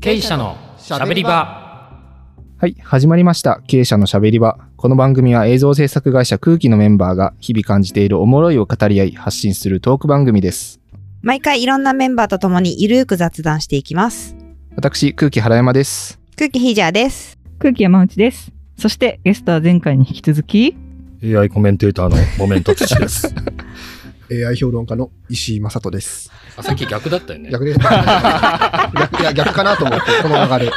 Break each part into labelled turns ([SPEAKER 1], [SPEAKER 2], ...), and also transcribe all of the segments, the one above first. [SPEAKER 1] 経営者のしゃべり場
[SPEAKER 2] はい、始まりました。経営者のしゃべり場。この番組は映像制作会社空気のメンバーが日々感じているおもろいを語り合い発信するトーク番組です。
[SPEAKER 3] 毎回いろんなメンバーと共にゆるーく雑談していきます。
[SPEAKER 2] 私、空気原山です。
[SPEAKER 3] 空気ヒージャーです。
[SPEAKER 4] 空気山内です。そしてゲストは前回に引き続き、
[SPEAKER 5] AI コメンテーターのモメント土です。
[SPEAKER 6] AI 評論家の石井正人です。
[SPEAKER 1] あさっき逆だった よね
[SPEAKER 6] 逆で逆い や逆かなと思って、この流れ。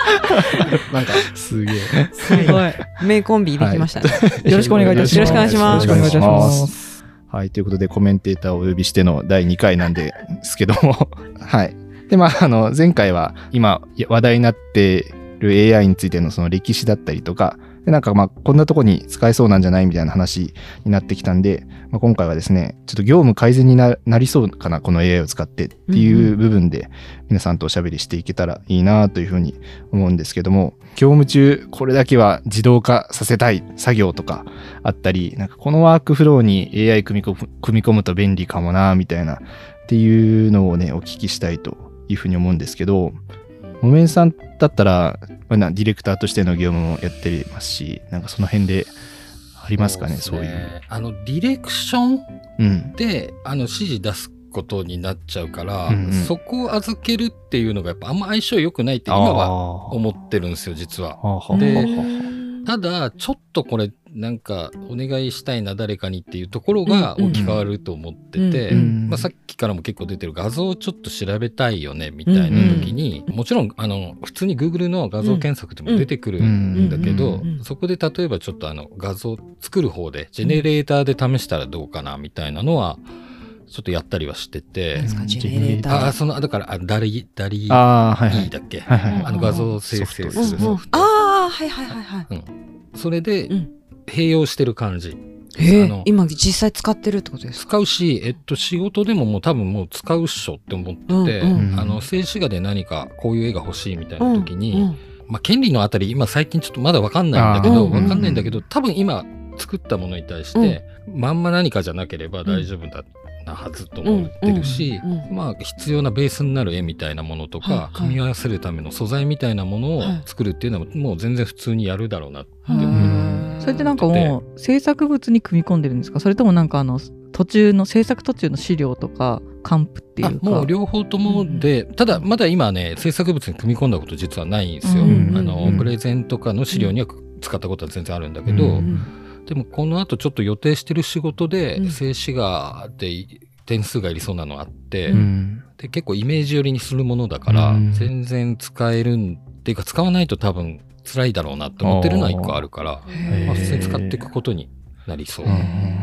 [SPEAKER 6] なんか、
[SPEAKER 2] すげえ。
[SPEAKER 3] すごい。 名コンビできましたね。
[SPEAKER 4] よろしくお願いいたします。
[SPEAKER 3] よろしくお願いします
[SPEAKER 4] よろしくお願いいたし
[SPEAKER 2] よろしくお願いしま
[SPEAKER 4] ます。
[SPEAKER 2] はい、ということでコメンテーターをお呼びしての第2回なんですけども、 はい。で、まあ、あの、前回は今話題になっている AI についてのその歴史だったりとか、でなんかまあ、こんなとこに使えそうなんじゃないみたいな話になってきたんで、まあ、今回はですね、ちょっと業務改善にななりそうかな、この AI を使ってっていう部分で、皆さんとおしゃべりしていけたらいいなというふうに思うんですけども、業務中、これだけは自動化させたい作業とか、あったり、なんかこのワークフローに AI 組み込む組み込むと便利かもな、みたいな、っていうのをね、お聞きしたいというふうに思うんですけど、もめんさんだったら、まあなディレクターとしての業務もやってますし、なんかその辺でありますかね、そう
[SPEAKER 1] で
[SPEAKER 2] いう。
[SPEAKER 1] あのディレクション
[SPEAKER 2] うん。
[SPEAKER 1] であの指示出すことになっちゃうから、
[SPEAKER 2] うんうん
[SPEAKER 1] そこを預けるっていうのがやっぱあんま相性良くないって
[SPEAKER 2] あ
[SPEAKER 1] 今は
[SPEAKER 2] あー
[SPEAKER 1] 思ってるんですよ実は
[SPEAKER 2] はあはあはあ
[SPEAKER 1] で
[SPEAKER 2] は
[SPEAKER 1] ただちょっとこれなんかお願いしたいな誰かにっていうところが
[SPEAKER 3] うんうん
[SPEAKER 1] 置き換わると思ってて、
[SPEAKER 3] うん
[SPEAKER 2] うん
[SPEAKER 1] まあ、さっきからも結構出てる画像をちょっと調べたいよねみたいな時に、もちろんあの普通に Google の画像検索でも出てくる
[SPEAKER 2] うん
[SPEAKER 1] んだけど、
[SPEAKER 3] うんうんうん
[SPEAKER 1] そこで例えばちょっとあの画像作る方でジェネレーターで試したらどうかなみたいなのはちょっとやったりはしてて、
[SPEAKER 3] ですかジェネレーター
[SPEAKER 1] ああそのあだからあダリダリー
[SPEAKER 2] あ。ああ、はいはい
[SPEAKER 1] だっけ
[SPEAKER 2] はいはい。
[SPEAKER 1] あの画像生成する
[SPEAKER 2] ソフト
[SPEAKER 1] ソフト
[SPEAKER 3] ああ、はいはいはいはい。
[SPEAKER 1] それで
[SPEAKER 3] うん
[SPEAKER 1] 併用してる感じ。
[SPEAKER 3] へ
[SPEAKER 1] あ
[SPEAKER 3] え
[SPEAKER 1] の、
[SPEAKER 3] 今実際使ってるってことですか
[SPEAKER 1] 使うし、えっと、仕事でももう多分もう使うっしょって思ってて、
[SPEAKER 3] うん
[SPEAKER 2] うん
[SPEAKER 1] あの静止画で何かこういう絵が欲しいみたいな時に、
[SPEAKER 3] うん
[SPEAKER 1] まあ、権利のあたり今最近ちょっとまだ分かんないんだけど
[SPEAKER 3] あー
[SPEAKER 1] 分かんないんだけど多分今作ったものに対して、まんま何かじゃなければ大丈夫だなはずと思ってるし、
[SPEAKER 3] うんうんうん
[SPEAKER 1] まあ、必要なベースになる絵みたいなものとか、
[SPEAKER 3] はいはい
[SPEAKER 1] 組み合わせるための素材みたいなものを作るっていうのはもう全然普通にやるだろうなって思
[SPEAKER 4] う
[SPEAKER 1] う。
[SPEAKER 3] ん
[SPEAKER 4] それってなんかもう制作物に組み込んでるんですかそれともなんかあの途中の制作途中の資料とか還付ってい
[SPEAKER 1] あ
[SPEAKER 4] うか。
[SPEAKER 1] もう両方ともで、ただまだ今ね制作物に組み込んだこと実はないんですよ、
[SPEAKER 4] うんうんうん
[SPEAKER 1] あの
[SPEAKER 2] うん
[SPEAKER 1] プレゼンとかの資料には使ったことは全然あるんだけど、
[SPEAKER 2] うん
[SPEAKER 1] でもこの後ちょっと予定してる仕事で、
[SPEAKER 3] うん
[SPEAKER 1] 静止画で点数がいりそうなのあって、
[SPEAKER 2] うん。
[SPEAKER 1] で結構イメージ寄りにするものだから、
[SPEAKER 2] うん
[SPEAKER 1] 全然使えるんっていうか使わないと多分辛いだろうなって思ってるのは一個あるから、
[SPEAKER 3] へー
[SPEAKER 1] まあ、普通に使っていくことになりそう。
[SPEAKER 2] うんうん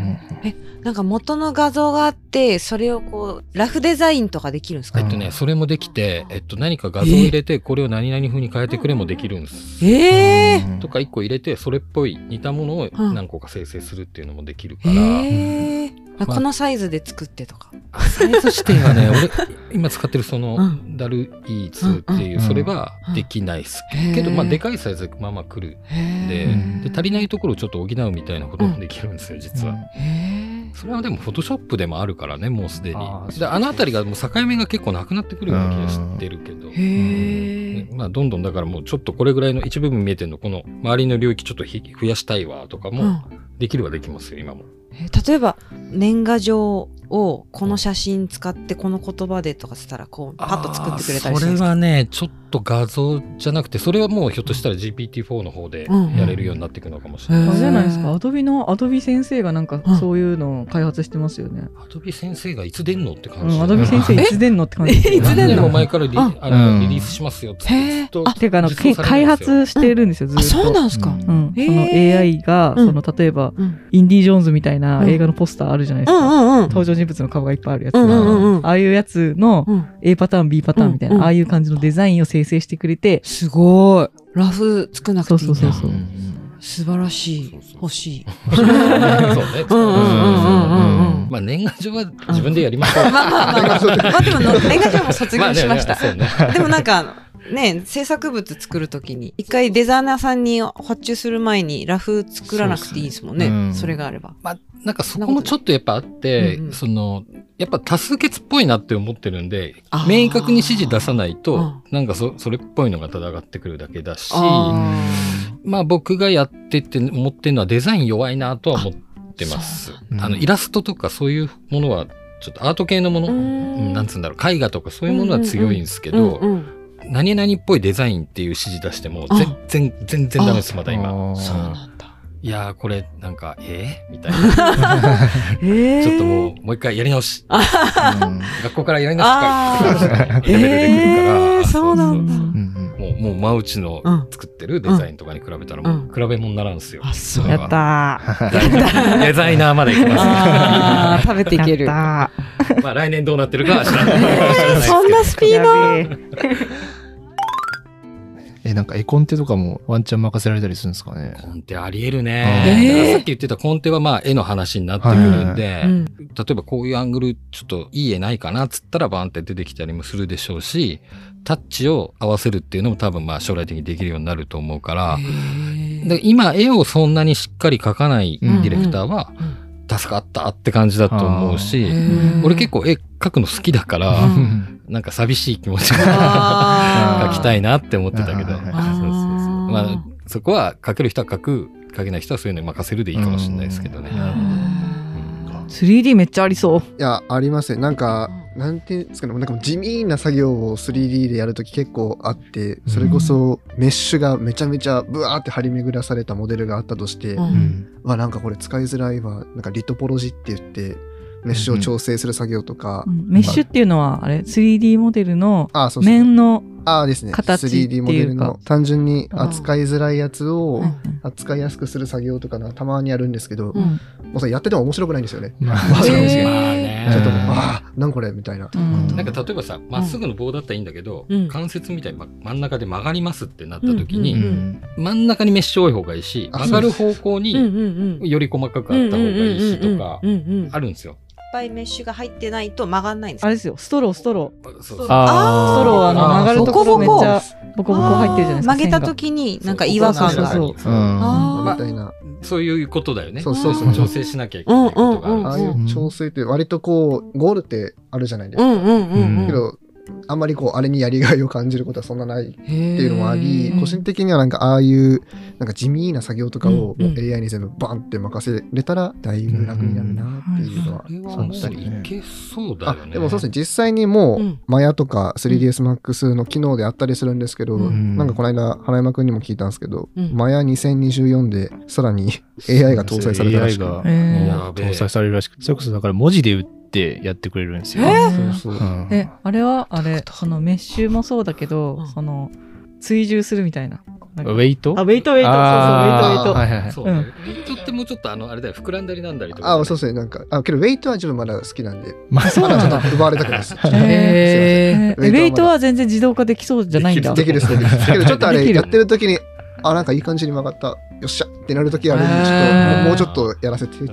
[SPEAKER 3] なんか元の画像があって、それをこう、ラフデザインとかできるんですか
[SPEAKER 1] えっとね、それもできて、えっと、何か画像を入れて、これを何々風に変えてくれもできるんです。
[SPEAKER 3] ええ
[SPEAKER 2] うん
[SPEAKER 1] とか、一個入れて、それっぽい似たものを
[SPEAKER 3] うん
[SPEAKER 1] 何個か生成するっていうのもできるから、
[SPEAKER 3] へえ
[SPEAKER 1] あ
[SPEAKER 3] このサイズで作ってとか。
[SPEAKER 1] サイズ指定がね、俺、今使ってるその
[SPEAKER 3] う、
[SPEAKER 1] ダルイーツっていうう、
[SPEAKER 2] ん
[SPEAKER 1] それはできないです。けど、まあ、でかいサイズでまあまあ来る。で
[SPEAKER 2] うん
[SPEAKER 1] で、足りないところをちょっと補うみたいなこともできるんですよ、実は。
[SPEAKER 3] へ
[SPEAKER 1] それはでも、フォトショップでもあるからね、もうすでに。
[SPEAKER 2] あー
[SPEAKER 1] であのあたりがもう境目が結構なくなってくるような気がしてるけど。
[SPEAKER 3] え
[SPEAKER 1] ね。まあ、どんどんだからもうちょっとこれぐらいの一部分見えてるのこの周りの領域ちょっとひ増やしたいわとか
[SPEAKER 3] う
[SPEAKER 1] も
[SPEAKER 3] ん
[SPEAKER 1] できるはできますよ今も。
[SPEAKER 3] えー例えば年賀状をこの写真使ってこの言葉でとかしたらこうパッと作ってくれたりす
[SPEAKER 1] それ
[SPEAKER 3] るんですか
[SPEAKER 1] はねちょっと画像じゃなくてそれはもうひょっとしたら GPT-4 の方で
[SPEAKER 3] うん
[SPEAKER 1] やれるようになっていくのかもしれない。
[SPEAKER 3] うん
[SPEAKER 4] あれじゃないです
[SPEAKER 3] へー
[SPEAKER 4] かアドビのアドビ先生がなんか
[SPEAKER 3] うん
[SPEAKER 4] そういうのを開発してますよね。
[SPEAKER 1] アドビ先生がいつ出んのって
[SPEAKER 4] う
[SPEAKER 1] 感じ。
[SPEAKER 4] ん、アドビ先生いつ出んのって感じ。
[SPEAKER 3] えいつ出んの
[SPEAKER 1] 何年も前からリ
[SPEAKER 3] あ
[SPEAKER 1] あの
[SPEAKER 2] うん
[SPEAKER 1] リリースしますよっつっ
[SPEAKER 3] へ
[SPEAKER 1] て
[SPEAKER 3] ー
[SPEAKER 1] ずっと
[SPEAKER 3] あ
[SPEAKER 4] てかあの
[SPEAKER 1] 実装
[SPEAKER 4] け
[SPEAKER 1] され
[SPEAKER 4] 開
[SPEAKER 1] るんですよ
[SPEAKER 4] 発してるんですよ、ずっと。
[SPEAKER 3] あそうなんですか、
[SPEAKER 2] うん
[SPEAKER 4] うん、
[SPEAKER 3] へー
[SPEAKER 4] その AI が、
[SPEAKER 3] うん
[SPEAKER 4] その例えば、
[SPEAKER 3] うん
[SPEAKER 4] インディ・ジョーンズみたいな映画のポスターあるじゃないで
[SPEAKER 3] う
[SPEAKER 4] す
[SPEAKER 3] ん
[SPEAKER 4] か、
[SPEAKER 3] うんうん
[SPEAKER 4] 登場人物の顔がいっぱいあるやつ、
[SPEAKER 3] うんうんうん
[SPEAKER 4] ああいうやつの
[SPEAKER 3] うん
[SPEAKER 4] A パターン B パターンみたいな、
[SPEAKER 3] うんうん
[SPEAKER 4] ああいう感じのデザインを生成してくれて、
[SPEAKER 3] すごいラフ作んなくていいんだ
[SPEAKER 4] そうそうそう
[SPEAKER 2] うん
[SPEAKER 3] 素晴らしい
[SPEAKER 1] そうそう
[SPEAKER 3] 欲しい
[SPEAKER 1] そうね。
[SPEAKER 3] うんうんうんうんうんうん
[SPEAKER 1] まあ年賀状は 自分でやりましょう。
[SPEAKER 3] まあまあまあまあまあでも年賀状も卒業しました、
[SPEAKER 1] あねねそうね
[SPEAKER 3] でもなんかあのね、制作物作るときに、一回デザイナーさんに発注する前にラフ作らなくていいですもんね。
[SPEAKER 2] そ
[SPEAKER 3] そう
[SPEAKER 2] ですねうん
[SPEAKER 3] れがあれば。
[SPEAKER 1] まあ、なんかそこもちょっとやっぱあって、
[SPEAKER 3] うんうん
[SPEAKER 1] その、やっぱ多数決っぽいなって思ってるんで
[SPEAKER 3] あ、ー
[SPEAKER 1] 明確に指示出さないと、
[SPEAKER 3] うん
[SPEAKER 1] なんかそそれっぽいのが戦ってくるだけだし、
[SPEAKER 3] あ
[SPEAKER 1] まあ僕がやってて思ってるのはデザイン弱いなとは思ってます。
[SPEAKER 3] あ
[SPEAKER 1] あ,、
[SPEAKER 2] うなんだ
[SPEAKER 1] の、イラストとかそういうものは、ちょっとアート系のもの、
[SPEAKER 3] う
[SPEAKER 1] うんんなんつうんだろう、絵画とかそういうものは強いんですけ
[SPEAKER 3] け
[SPEAKER 1] ど、
[SPEAKER 3] うんうん
[SPEAKER 1] 何々っぽいデザインっていう指示出しても
[SPEAKER 3] あ
[SPEAKER 1] 全然全然ダメですまだ今
[SPEAKER 2] あー
[SPEAKER 3] そうなんだ。
[SPEAKER 1] いやーこれなんかえー、みたいな
[SPEAKER 3] え
[SPEAKER 1] ちょっともうもう一回やり直し
[SPEAKER 2] うん
[SPEAKER 1] 学校からやり直しとか
[SPEAKER 3] あー
[SPEAKER 1] ってレベルでくるから、
[SPEAKER 3] えーそうなんだ
[SPEAKER 1] そううん
[SPEAKER 2] うん
[SPEAKER 1] そうもうもう真内の
[SPEAKER 3] うん
[SPEAKER 1] 作ってるデザインとかに比べたらもう比べ物にならんすよ、
[SPEAKER 3] あ、そう。
[SPEAKER 4] やったー。
[SPEAKER 1] デザイナーまで行きま
[SPEAKER 3] あー食べていける。
[SPEAKER 4] やっ
[SPEAKER 1] す まあ来年どうなってるかは知らない
[SPEAKER 3] えー そんなス
[SPEAKER 4] たー。
[SPEAKER 3] ピード
[SPEAKER 4] やべえ
[SPEAKER 2] え、なんか絵コンテとかもワンチャン任せられたりするんですかね。
[SPEAKER 1] コンテありえる
[SPEAKER 2] え
[SPEAKER 1] ね
[SPEAKER 2] ー、
[SPEAKER 1] だからさっき言ってたコンテはまあ絵の話になってくるんで、
[SPEAKER 3] うん
[SPEAKER 1] 例えばこういうアングルちょっといい絵ないかなっつったらバーンって出てきたりもするでしょうしタッチを合わせるっていうのも多分まあ将来的にできるようになると思うからで今絵をそんなにしっかり描かないディレクターは
[SPEAKER 3] うんうん
[SPEAKER 1] 助かったって感じだと思うし、
[SPEAKER 3] うん
[SPEAKER 1] 俺結構絵描くの好きだから、
[SPEAKER 3] うん
[SPEAKER 1] なんか寂しい気持ちが
[SPEAKER 3] あ
[SPEAKER 1] 描
[SPEAKER 3] ー
[SPEAKER 1] きたいなって思ってたけどそう
[SPEAKER 2] あ
[SPEAKER 1] そうそう
[SPEAKER 2] ー
[SPEAKER 1] まあ、そこは描ける人は描く描けない人はそういうのに任せるでいいかもしれないですけどね。
[SPEAKER 2] うんなるほど
[SPEAKER 4] 3D めっちゃありそう。
[SPEAKER 6] いや、ありますね。なんか、なんていうんですかね、なんか地味な作業を 3D でやるとき結構あって、それこそメッシュがめちゃめちゃブワーって張り巡らされたモデルがあったとして、
[SPEAKER 3] うん
[SPEAKER 2] うん
[SPEAKER 6] わ、なんかこれ使いづらいわ、なんかリトポロジって言って、メッシュを調整する作業とか、
[SPEAKER 4] うんメッシュっていうのは、あれ、3D モデルの
[SPEAKER 6] ああ、そうですね。
[SPEAKER 4] 面の、
[SPEAKER 6] ああですね。
[SPEAKER 4] 形っていうか
[SPEAKER 6] 3D モデルの単純に扱いづらいやつを
[SPEAKER 4] うんうん
[SPEAKER 6] 扱いやすくする作業とかなたまにやるんですけど、
[SPEAKER 3] うん
[SPEAKER 6] もうそれやってても面白くないんですよね。
[SPEAKER 2] まあ
[SPEAKER 6] まあ
[SPEAKER 2] そうです
[SPEAKER 3] え
[SPEAKER 2] ね
[SPEAKER 3] ー
[SPEAKER 1] まあね
[SPEAKER 6] ちょっと、
[SPEAKER 2] うん
[SPEAKER 6] ああ、なんこれみたいな。
[SPEAKER 4] うん
[SPEAKER 1] なんか例えばさまっすぐの棒だったらいいんだけど、
[SPEAKER 3] うん
[SPEAKER 1] 関節みたいにま真ん中で曲がりますってなった時
[SPEAKER 2] う
[SPEAKER 1] に、
[SPEAKER 2] ん
[SPEAKER 1] 真ん中にメッシュ多い方がいいし
[SPEAKER 6] あ
[SPEAKER 1] 曲がる方向
[SPEAKER 3] うん
[SPEAKER 1] に
[SPEAKER 3] うんうん
[SPEAKER 1] より細かくあった方がいいしとか
[SPEAKER 3] うんうんうんうんうんうんいっ
[SPEAKER 1] あるんですよ。
[SPEAKER 3] ぱいメッシュが入ってないと曲がんないんです
[SPEAKER 4] あれですよ、ストロー、ストロー。
[SPEAKER 1] そうそう
[SPEAKER 4] ストローはあの
[SPEAKER 2] あー
[SPEAKER 4] 曲がるところめっちゃボコボコ入ってるじゃないですか。
[SPEAKER 3] あー曲げた
[SPEAKER 4] 線が
[SPEAKER 3] 時になんか違和感
[SPEAKER 1] そう
[SPEAKER 3] が
[SPEAKER 1] そ
[SPEAKER 3] ある
[SPEAKER 1] うそううん
[SPEAKER 3] あー
[SPEAKER 6] みたいな。
[SPEAKER 1] そういうことだよね。
[SPEAKER 6] そうそう
[SPEAKER 2] そう
[SPEAKER 1] 調整しなきゃいけないことがあるし
[SPEAKER 6] ああ
[SPEAKER 3] ん
[SPEAKER 6] い
[SPEAKER 3] ん
[SPEAKER 6] う調整って割とこう、ゴールってあるじゃないです
[SPEAKER 3] う
[SPEAKER 6] か。
[SPEAKER 3] んうんうんうん
[SPEAKER 6] けど、あんまりこう、あれにやりがいを感じることはそんなないって
[SPEAKER 3] て
[SPEAKER 6] いうのもあり、
[SPEAKER 4] ー
[SPEAKER 6] 個人的にはなんかああいう、なんか地味な作業とかを
[SPEAKER 3] うんうん
[SPEAKER 6] AI に全部バンって任せれたら、だいぶ楽になるなっていうのは
[SPEAKER 1] それは
[SPEAKER 6] 感
[SPEAKER 1] も
[SPEAKER 6] じたり
[SPEAKER 1] ういけそうだよね。
[SPEAKER 6] でもそうですね、実際にもう、
[SPEAKER 3] うん
[SPEAKER 6] マヤとか 3DSMAX の機能であったりするんですけど、
[SPEAKER 3] うん
[SPEAKER 6] なんかこの間、花山くんにも聞いたんですけど、
[SPEAKER 3] うん
[SPEAKER 6] マヤ2024でさらに AI が搭載されたら
[SPEAKER 2] AI
[SPEAKER 6] し
[SPEAKER 2] が
[SPEAKER 6] く
[SPEAKER 2] もう
[SPEAKER 4] え
[SPEAKER 1] ー
[SPEAKER 2] 搭載されるらしくて、それこそだから文字で打ってやってくれるんですよ。
[SPEAKER 4] え
[SPEAKER 6] そうそう
[SPEAKER 2] うん
[SPEAKER 4] え、あれは、あれ、そのメッシュもそうだけど
[SPEAKER 3] うん、
[SPEAKER 4] その、追従するみたいな。
[SPEAKER 2] ウェイト
[SPEAKER 4] あ、ウェイトウェイト、そうそう、ウェイトウェイ
[SPEAKER 2] あー
[SPEAKER 4] ト。
[SPEAKER 2] はいはいはい
[SPEAKER 1] そうね。ビートってもうちょっとあのあれだよ膨らんだりなんだりとか。
[SPEAKER 6] あ、そうですね、なんか、あ、けど、ウェイトは自分まだ好きなんで、
[SPEAKER 2] まあ、
[SPEAKER 6] まだちょっと奪われたくないで
[SPEAKER 4] へ
[SPEAKER 6] す。すいません
[SPEAKER 4] えーウェイトは全然自動化できそうじゃないんだ。
[SPEAKER 6] できるです、できるです。けど、ちょっとあ
[SPEAKER 4] で
[SPEAKER 6] れ、
[SPEAKER 4] きる
[SPEAKER 6] やってる時に、あ、なんかいい感じに曲がった、よっしゃってなる時あるんで、ち
[SPEAKER 1] へー
[SPEAKER 6] ょっと、もうちょっとやらせてって。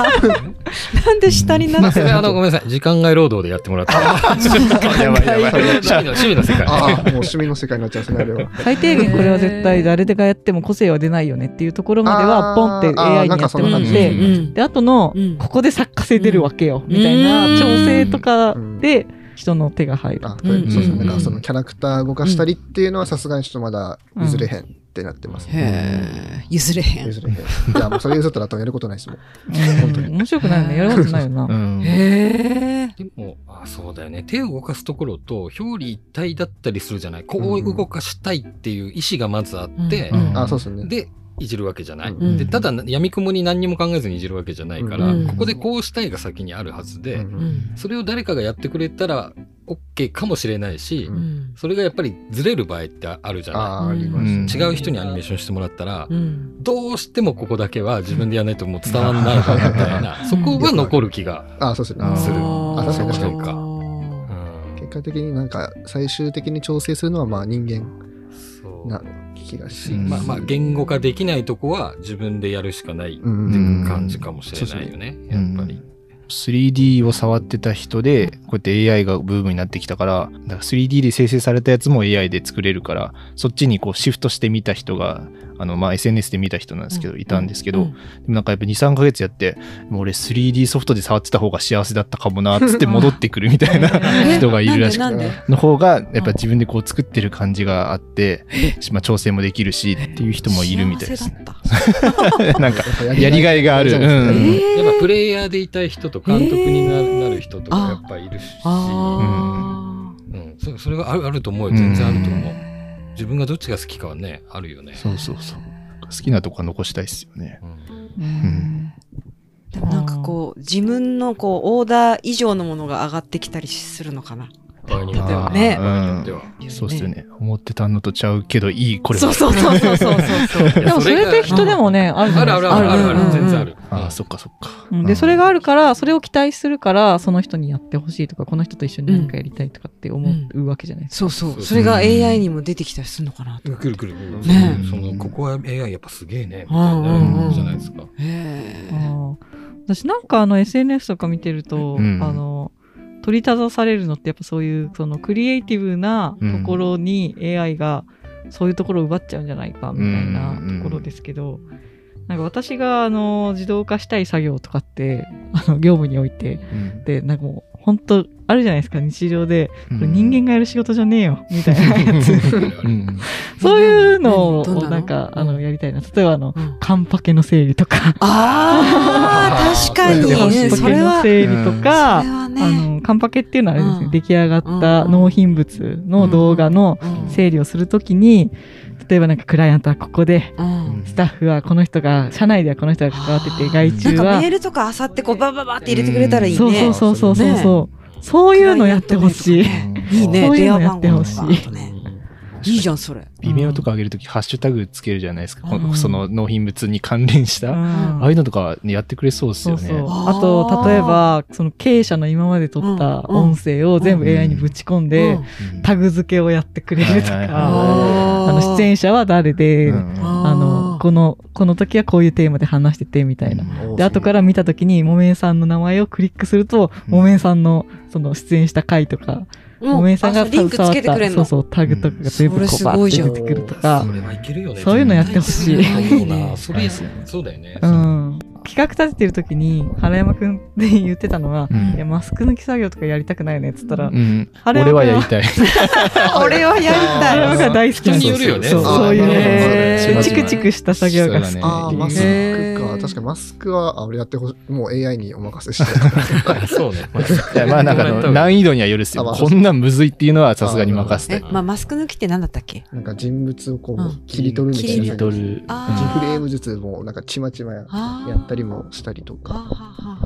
[SPEAKER 3] なんで下に
[SPEAKER 1] ま
[SPEAKER 3] な
[SPEAKER 1] あ
[SPEAKER 3] っ
[SPEAKER 1] そ
[SPEAKER 3] て
[SPEAKER 1] れあのごめんなさい時間外労働でやってもらった。
[SPEAKER 2] やばいやばい。
[SPEAKER 1] 趣味の趣味の世界。
[SPEAKER 6] ああ、もう趣味の世界になっちゃうんですね、あれは。
[SPEAKER 4] 最低限これは絶対誰がやっても個性は出ないよねっていうところまではポンって AI にや
[SPEAKER 1] あ
[SPEAKER 4] ってもらっ
[SPEAKER 1] ーなんかそんな感じで
[SPEAKER 4] てであとの
[SPEAKER 3] うん
[SPEAKER 4] ここで作家性出るわけよみたいな調整とかで人の手が入る。
[SPEAKER 6] あ、そういうそうですね。
[SPEAKER 2] うん
[SPEAKER 6] なんかそのキャラクター動かしたりっていうのはさすがにちょっとまだ譲れへんってなってます。
[SPEAKER 3] へえ譲れへん
[SPEAKER 6] 譲れへん。いや、もうそれ譲ったらあとやることないですもん。
[SPEAKER 4] うん面白くないよねやることないよ
[SPEAKER 2] う
[SPEAKER 4] な。
[SPEAKER 2] ん
[SPEAKER 3] へえ
[SPEAKER 1] でもあそうだよね手を動かすところと表裏一体だったりするじゃないこ
[SPEAKER 6] うんう
[SPEAKER 1] うん動かしたいっていう意思がまずあって、
[SPEAKER 3] うん
[SPEAKER 6] あ、そうですよね。
[SPEAKER 1] でいじるわけじゃない、
[SPEAKER 6] うん
[SPEAKER 1] でただやみくもに何にも考えずにいじるわけじゃないから、
[SPEAKER 3] うん
[SPEAKER 1] ここでこうしたいが先にあるはずで、
[SPEAKER 6] うん
[SPEAKER 1] それを誰かがやってくれたら OK かもしれないし、
[SPEAKER 6] うん
[SPEAKER 1] それがやっぱりずれる場合ってあるじゃな
[SPEAKER 6] あーあります
[SPEAKER 1] い
[SPEAKER 2] ー
[SPEAKER 1] 違う人にアニメーションしてもらったら、
[SPEAKER 3] うん
[SPEAKER 1] どうしてもここだけは自分でやらないともう伝わんないからみたいな、
[SPEAKER 3] うん
[SPEAKER 1] そこは残る気が
[SPEAKER 6] あ、そうですよ
[SPEAKER 2] あ
[SPEAKER 6] ね。
[SPEAKER 1] する。
[SPEAKER 3] ー
[SPEAKER 6] あ確かに確か
[SPEAKER 1] に
[SPEAKER 3] あ
[SPEAKER 1] う
[SPEAKER 3] ー
[SPEAKER 1] ん
[SPEAKER 6] 結果的になんか最終的に調整するのはまあ人間
[SPEAKER 1] そう
[SPEAKER 6] な気がし
[SPEAKER 2] うん
[SPEAKER 1] まあまあ言語化できないとこは自分でやるしかない
[SPEAKER 6] うん
[SPEAKER 2] うん
[SPEAKER 1] 感じかもしれないよね、
[SPEAKER 2] うん
[SPEAKER 1] やっぱり。
[SPEAKER 2] 3D を触ってた人でこうやって AI がブームになってきたからだから 3D で生成されたやつも AI で作れるからそっちにこうシフトして見た人があの、まあ、SNS で見た人なんですけどいたんですけど、
[SPEAKER 3] うん
[SPEAKER 2] でもなんかやっぱ23ヶ月やってもう俺 3D ソフトで触ってた方が幸せだったかもなっつって戻ってくるみた いな人がいるらしくて
[SPEAKER 3] なんでなんで
[SPEAKER 2] の方がやっぱ自分でこう作ってる感じがあって、まあ、調整もできるしっていう人もいるみたいですね。
[SPEAKER 3] 幸せだっ た
[SPEAKER 2] なんかやりがいがある。
[SPEAKER 6] う
[SPEAKER 2] うんん
[SPEAKER 1] やっぱプレイヤーでいたい人と監督にななる人とかやっぱいるし、
[SPEAKER 3] あ
[SPEAKER 1] うん、そそれがあるあると思うよ
[SPEAKER 2] うん
[SPEAKER 1] 全然あると
[SPEAKER 3] ー
[SPEAKER 1] 思う自分がどっちが好きかはねあるよね、
[SPEAKER 2] そうそうそう。好きなとこは残したいですよね。
[SPEAKER 1] うん
[SPEAKER 4] うん
[SPEAKER 3] でもなんかこう自分のこうオーダー以上のものが上がってきたりするのかな。
[SPEAKER 1] 場合によっては
[SPEAKER 3] ね
[SPEAKER 1] 場合によっては、
[SPEAKER 2] そうっすよね。思ってたのとちゃうけどいい、これは
[SPEAKER 3] そうそうそうそうそうそう
[SPEAKER 1] い
[SPEAKER 4] で
[SPEAKER 1] や
[SPEAKER 4] もそれって人でもねあるじ
[SPEAKER 1] あ
[SPEAKER 4] ゃ
[SPEAKER 1] る
[SPEAKER 4] な
[SPEAKER 1] あ
[SPEAKER 4] い
[SPEAKER 1] る
[SPEAKER 4] で
[SPEAKER 1] あるあるあ
[SPEAKER 3] うん
[SPEAKER 4] すか
[SPEAKER 3] うんうん
[SPEAKER 1] る全然ある、
[SPEAKER 2] ああ、そっかそっか。
[SPEAKER 4] うんでそれがあ
[SPEAKER 2] る。
[SPEAKER 4] るからそれを期待するからその人にやってほしいとかこの人と一緒に何かやりたいとかって思うわけじゃないですか。
[SPEAKER 3] そうそう。それが AI にも出てきたりするのかなと。
[SPEAKER 1] うんくるくる、うん
[SPEAKER 3] ね
[SPEAKER 1] そのここは AI やっぱすげえねみたいになるじゃないですか、
[SPEAKER 3] へー
[SPEAKER 4] あー私なんかあの SNS とか見てると、
[SPEAKER 2] うん
[SPEAKER 4] あの取り立たされるのってやっぱそういうそのクリエイティブなところに AI がそういうところを奪っちゃうんじゃないかみたいなところですけど、なんか私があの自動化したい作業とかってあの業務において
[SPEAKER 2] うん
[SPEAKER 4] でなんかもう本当あるじゃないですか日常で、これ人間
[SPEAKER 2] が。
[SPEAKER 4] がやる仕事じゃねえよみたいなやつ
[SPEAKER 2] うん
[SPEAKER 4] そういうのを
[SPEAKER 3] どんなの
[SPEAKER 4] なんかあのやりたいな例えばあの
[SPEAKER 3] うん
[SPEAKER 4] カンパケの整理とか。
[SPEAKER 3] あー確かに
[SPEAKER 4] で
[SPEAKER 2] うん
[SPEAKER 4] カンパケ
[SPEAKER 3] それ
[SPEAKER 4] の
[SPEAKER 3] は。
[SPEAKER 4] 整理とか、
[SPEAKER 3] それは
[SPEAKER 4] あ
[SPEAKER 3] ね。
[SPEAKER 4] のカンパケっていうのはあれですね、
[SPEAKER 3] うん
[SPEAKER 4] 出来上がった納品物の動画の
[SPEAKER 3] うん
[SPEAKER 4] 整理をするときに例えばなんかクライアントはここで
[SPEAKER 3] うん
[SPEAKER 4] スタッフはこの人が社内ではこの人が関わってて外
[SPEAKER 3] なん
[SPEAKER 4] 注
[SPEAKER 3] か
[SPEAKER 4] は
[SPEAKER 3] メールとかあさってこうバババって入れてくれたらいい
[SPEAKER 4] そう
[SPEAKER 3] ね。
[SPEAKER 4] そうそうそうそうそう、そういうのやってほしい、
[SPEAKER 3] クライアント名とかねいいね。
[SPEAKER 4] そ
[SPEAKER 3] 電話番号と
[SPEAKER 4] ういうのやってほしい
[SPEAKER 3] かあとね。いいじゃん、それ。
[SPEAKER 2] 微妙とか上げるとき、ハッシュタグつけるじゃないですか。こ
[SPEAKER 4] う
[SPEAKER 2] の
[SPEAKER 4] ん
[SPEAKER 2] その納品物に関連し
[SPEAKER 4] う
[SPEAKER 2] た。
[SPEAKER 4] ん
[SPEAKER 2] ああいうのとかねやってくれそうです
[SPEAKER 4] そ
[SPEAKER 2] よ
[SPEAKER 4] うそう
[SPEAKER 2] ね。
[SPEAKER 4] あと例えばその経営者の今まで撮った
[SPEAKER 3] うんうん
[SPEAKER 4] 音声を全部
[SPEAKER 2] うん
[SPEAKER 4] AI にぶち込ん
[SPEAKER 3] う
[SPEAKER 4] で
[SPEAKER 3] ん
[SPEAKER 4] タグ付けをやってくれると
[SPEAKER 2] はいはい
[SPEAKER 4] か
[SPEAKER 2] あ
[SPEAKER 4] あの出演
[SPEAKER 3] 者
[SPEAKER 4] 者は誰
[SPEAKER 2] み
[SPEAKER 4] であの、この、この時はこういうテーマで話してて、みたいな。で、後から見た時に、もめんさんの名前をクリックすると、
[SPEAKER 2] うん
[SPEAKER 4] もめんさんの、その、出演した回とか、もめんさんが
[SPEAKER 3] リンクつけてくれる
[SPEAKER 4] そう
[SPEAKER 3] の。
[SPEAKER 4] そう、タグとかが全部
[SPEAKER 3] う
[SPEAKER 4] こ
[SPEAKER 3] ん
[SPEAKER 4] う、
[SPEAKER 3] それす
[SPEAKER 4] バー
[SPEAKER 3] ご
[SPEAKER 4] っ
[SPEAKER 3] いじ
[SPEAKER 4] て
[SPEAKER 3] ゃん
[SPEAKER 4] 出てくるとか
[SPEAKER 1] そ、れはいけるよね
[SPEAKER 4] そういうのやってほしい
[SPEAKER 1] 絶対そうだなそれ
[SPEAKER 2] いいね
[SPEAKER 1] そうだよね、
[SPEAKER 4] うん。企画立ててる時に、原山くんって言ってたのは、いや、マスク抜き作業とかやりたくないよね、っつったら、
[SPEAKER 2] うん、
[SPEAKER 4] あれは
[SPEAKER 2] 俺はやりたい。
[SPEAKER 3] 俺はやりた
[SPEAKER 4] 原
[SPEAKER 3] い。
[SPEAKER 4] 山 くんは大好きなんです
[SPEAKER 1] 人によるよね
[SPEAKER 4] そうそういう
[SPEAKER 6] へー
[SPEAKER 4] ね、チクチクした作業が好き。
[SPEAKER 6] ああ、マスク
[SPEAKER 3] へ
[SPEAKER 6] か。
[SPEAKER 3] ー
[SPEAKER 6] 確かにマスクは、あ俺やってほしい。もう AI にお任せ して。
[SPEAKER 1] そうね
[SPEAKER 2] いやまあなんかあの難易度にはよるっすよ。こんなんむずいっていうのはさすがに任せ
[SPEAKER 3] え、
[SPEAKER 2] て。
[SPEAKER 3] まあ、マスク抜きって何だったっけ
[SPEAKER 6] なんか人物をこう、
[SPEAKER 3] うん
[SPEAKER 6] 切り取るみたい
[SPEAKER 2] 切
[SPEAKER 6] な。
[SPEAKER 2] り取る。
[SPEAKER 6] ジ
[SPEAKER 3] あ
[SPEAKER 6] フレーム術もなんかちまちまや
[SPEAKER 3] あー
[SPEAKER 6] やったりもしたりと
[SPEAKER 3] はあ
[SPEAKER 6] か。
[SPEAKER 3] はあは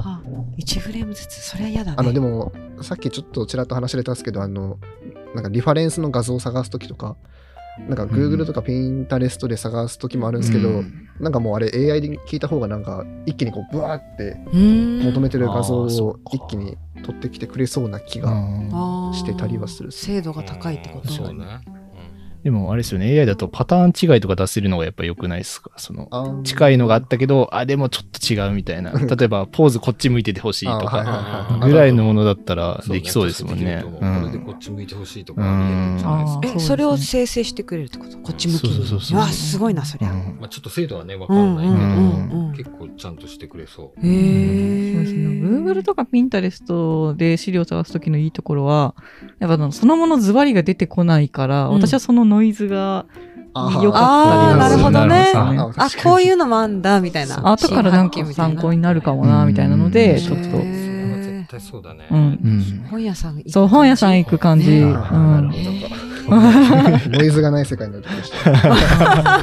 [SPEAKER 3] あはあ。1フレームずつ、それは嫌だね。
[SPEAKER 6] あのでもさっきちょっとちらっと話れたんですけどあのなんかリファレンスの画像を探す時とかなんか Google とか Pinterest で探す時もあるんですけど、
[SPEAKER 2] うん
[SPEAKER 6] なんかもうあれ AI で聞いた方がなんか一気にこうブワーって
[SPEAKER 3] うーん、
[SPEAKER 6] 求めてる画像
[SPEAKER 2] あーそっ
[SPEAKER 6] を
[SPEAKER 2] か
[SPEAKER 6] 一気に取ってきてくれそうな気
[SPEAKER 2] う
[SPEAKER 6] が
[SPEAKER 2] ん
[SPEAKER 3] あー
[SPEAKER 6] してたりはする
[SPEAKER 3] 精度が高いってこと
[SPEAKER 1] そうね
[SPEAKER 2] でもあれですよね AI だとパターン違いとか出せるのがやっぱ良くないですかその
[SPEAKER 6] あー
[SPEAKER 2] 近いのがあったけどあでもちょっと違うみたいな例えばポーズこっち向いててほしいと
[SPEAKER 6] あはいはい
[SPEAKER 2] か
[SPEAKER 6] はい
[SPEAKER 2] ぐらいのものだったら
[SPEAKER 1] そう
[SPEAKER 2] できそうですもんね。
[SPEAKER 1] 確かにできると
[SPEAKER 2] う
[SPEAKER 1] 思うこれでこ
[SPEAKER 2] ん
[SPEAKER 1] っち向いてほしいとかありえるんじゃないですか
[SPEAKER 4] うんあーそうです
[SPEAKER 3] え
[SPEAKER 4] ね
[SPEAKER 3] それを生成してくれるってことこっち向き
[SPEAKER 2] そうそうそうそ
[SPEAKER 3] に
[SPEAKER 2] う
[SPEAKER 3] わあすごいなそりゃ、
[SPEAKER 1] まあ、ちょっと精度はねわかんないけど、
[SPEAKER 2] うんうん
[SPEAKER 3] うん
[SPEAKER 1] 結構ちゃんとしてくれそう
[SPEAKER 3] へえ
[SPEAKER 4] そうですね。Google とか Pinterest で資料を探すときのいいところは、やっぱあのそのものズバリが出てこないから、
[SPEAKER 3] うん
[SPEAKER 4] 私はそのノイズが
[SPEAKER 6] あー
[SPEAKER 4] 良かったり
[SPEAKER 2] あー
[SPEAKER 3] な
[SPEAKER 4] す
[SPEAKER 3] るほどね
[SPEAKER 4] んですよ
[SPEAKER 6] あ
[SPEAKER 3] あこういうのもあんだみたいな
[SPEAKER 4] 後からなんか参考
[SPEAKER 3] に
[SPEAKER 4] になるかもな、みたいなの
[SPEAKER 2] う
[SPEAKER 4] で、
[SPEAKER 2] ん
[SPEAKER 4] ちょっと。
[SPEAKER 1] それは絶対そうだね、
[SPEAKER 4] うん
[SPEAKER 2] うん
[SPEAKER 3] 本屋さん行く
[SPEAKER 4] そう、本屋さん行く感じ。
[SPEAKER 3] ね
[SPEAKER 4] うん
[SPEAKER 2] なるほど
[SPEAKER 3] へ
[SPEAKER 6] ノイズがない世界になってきました。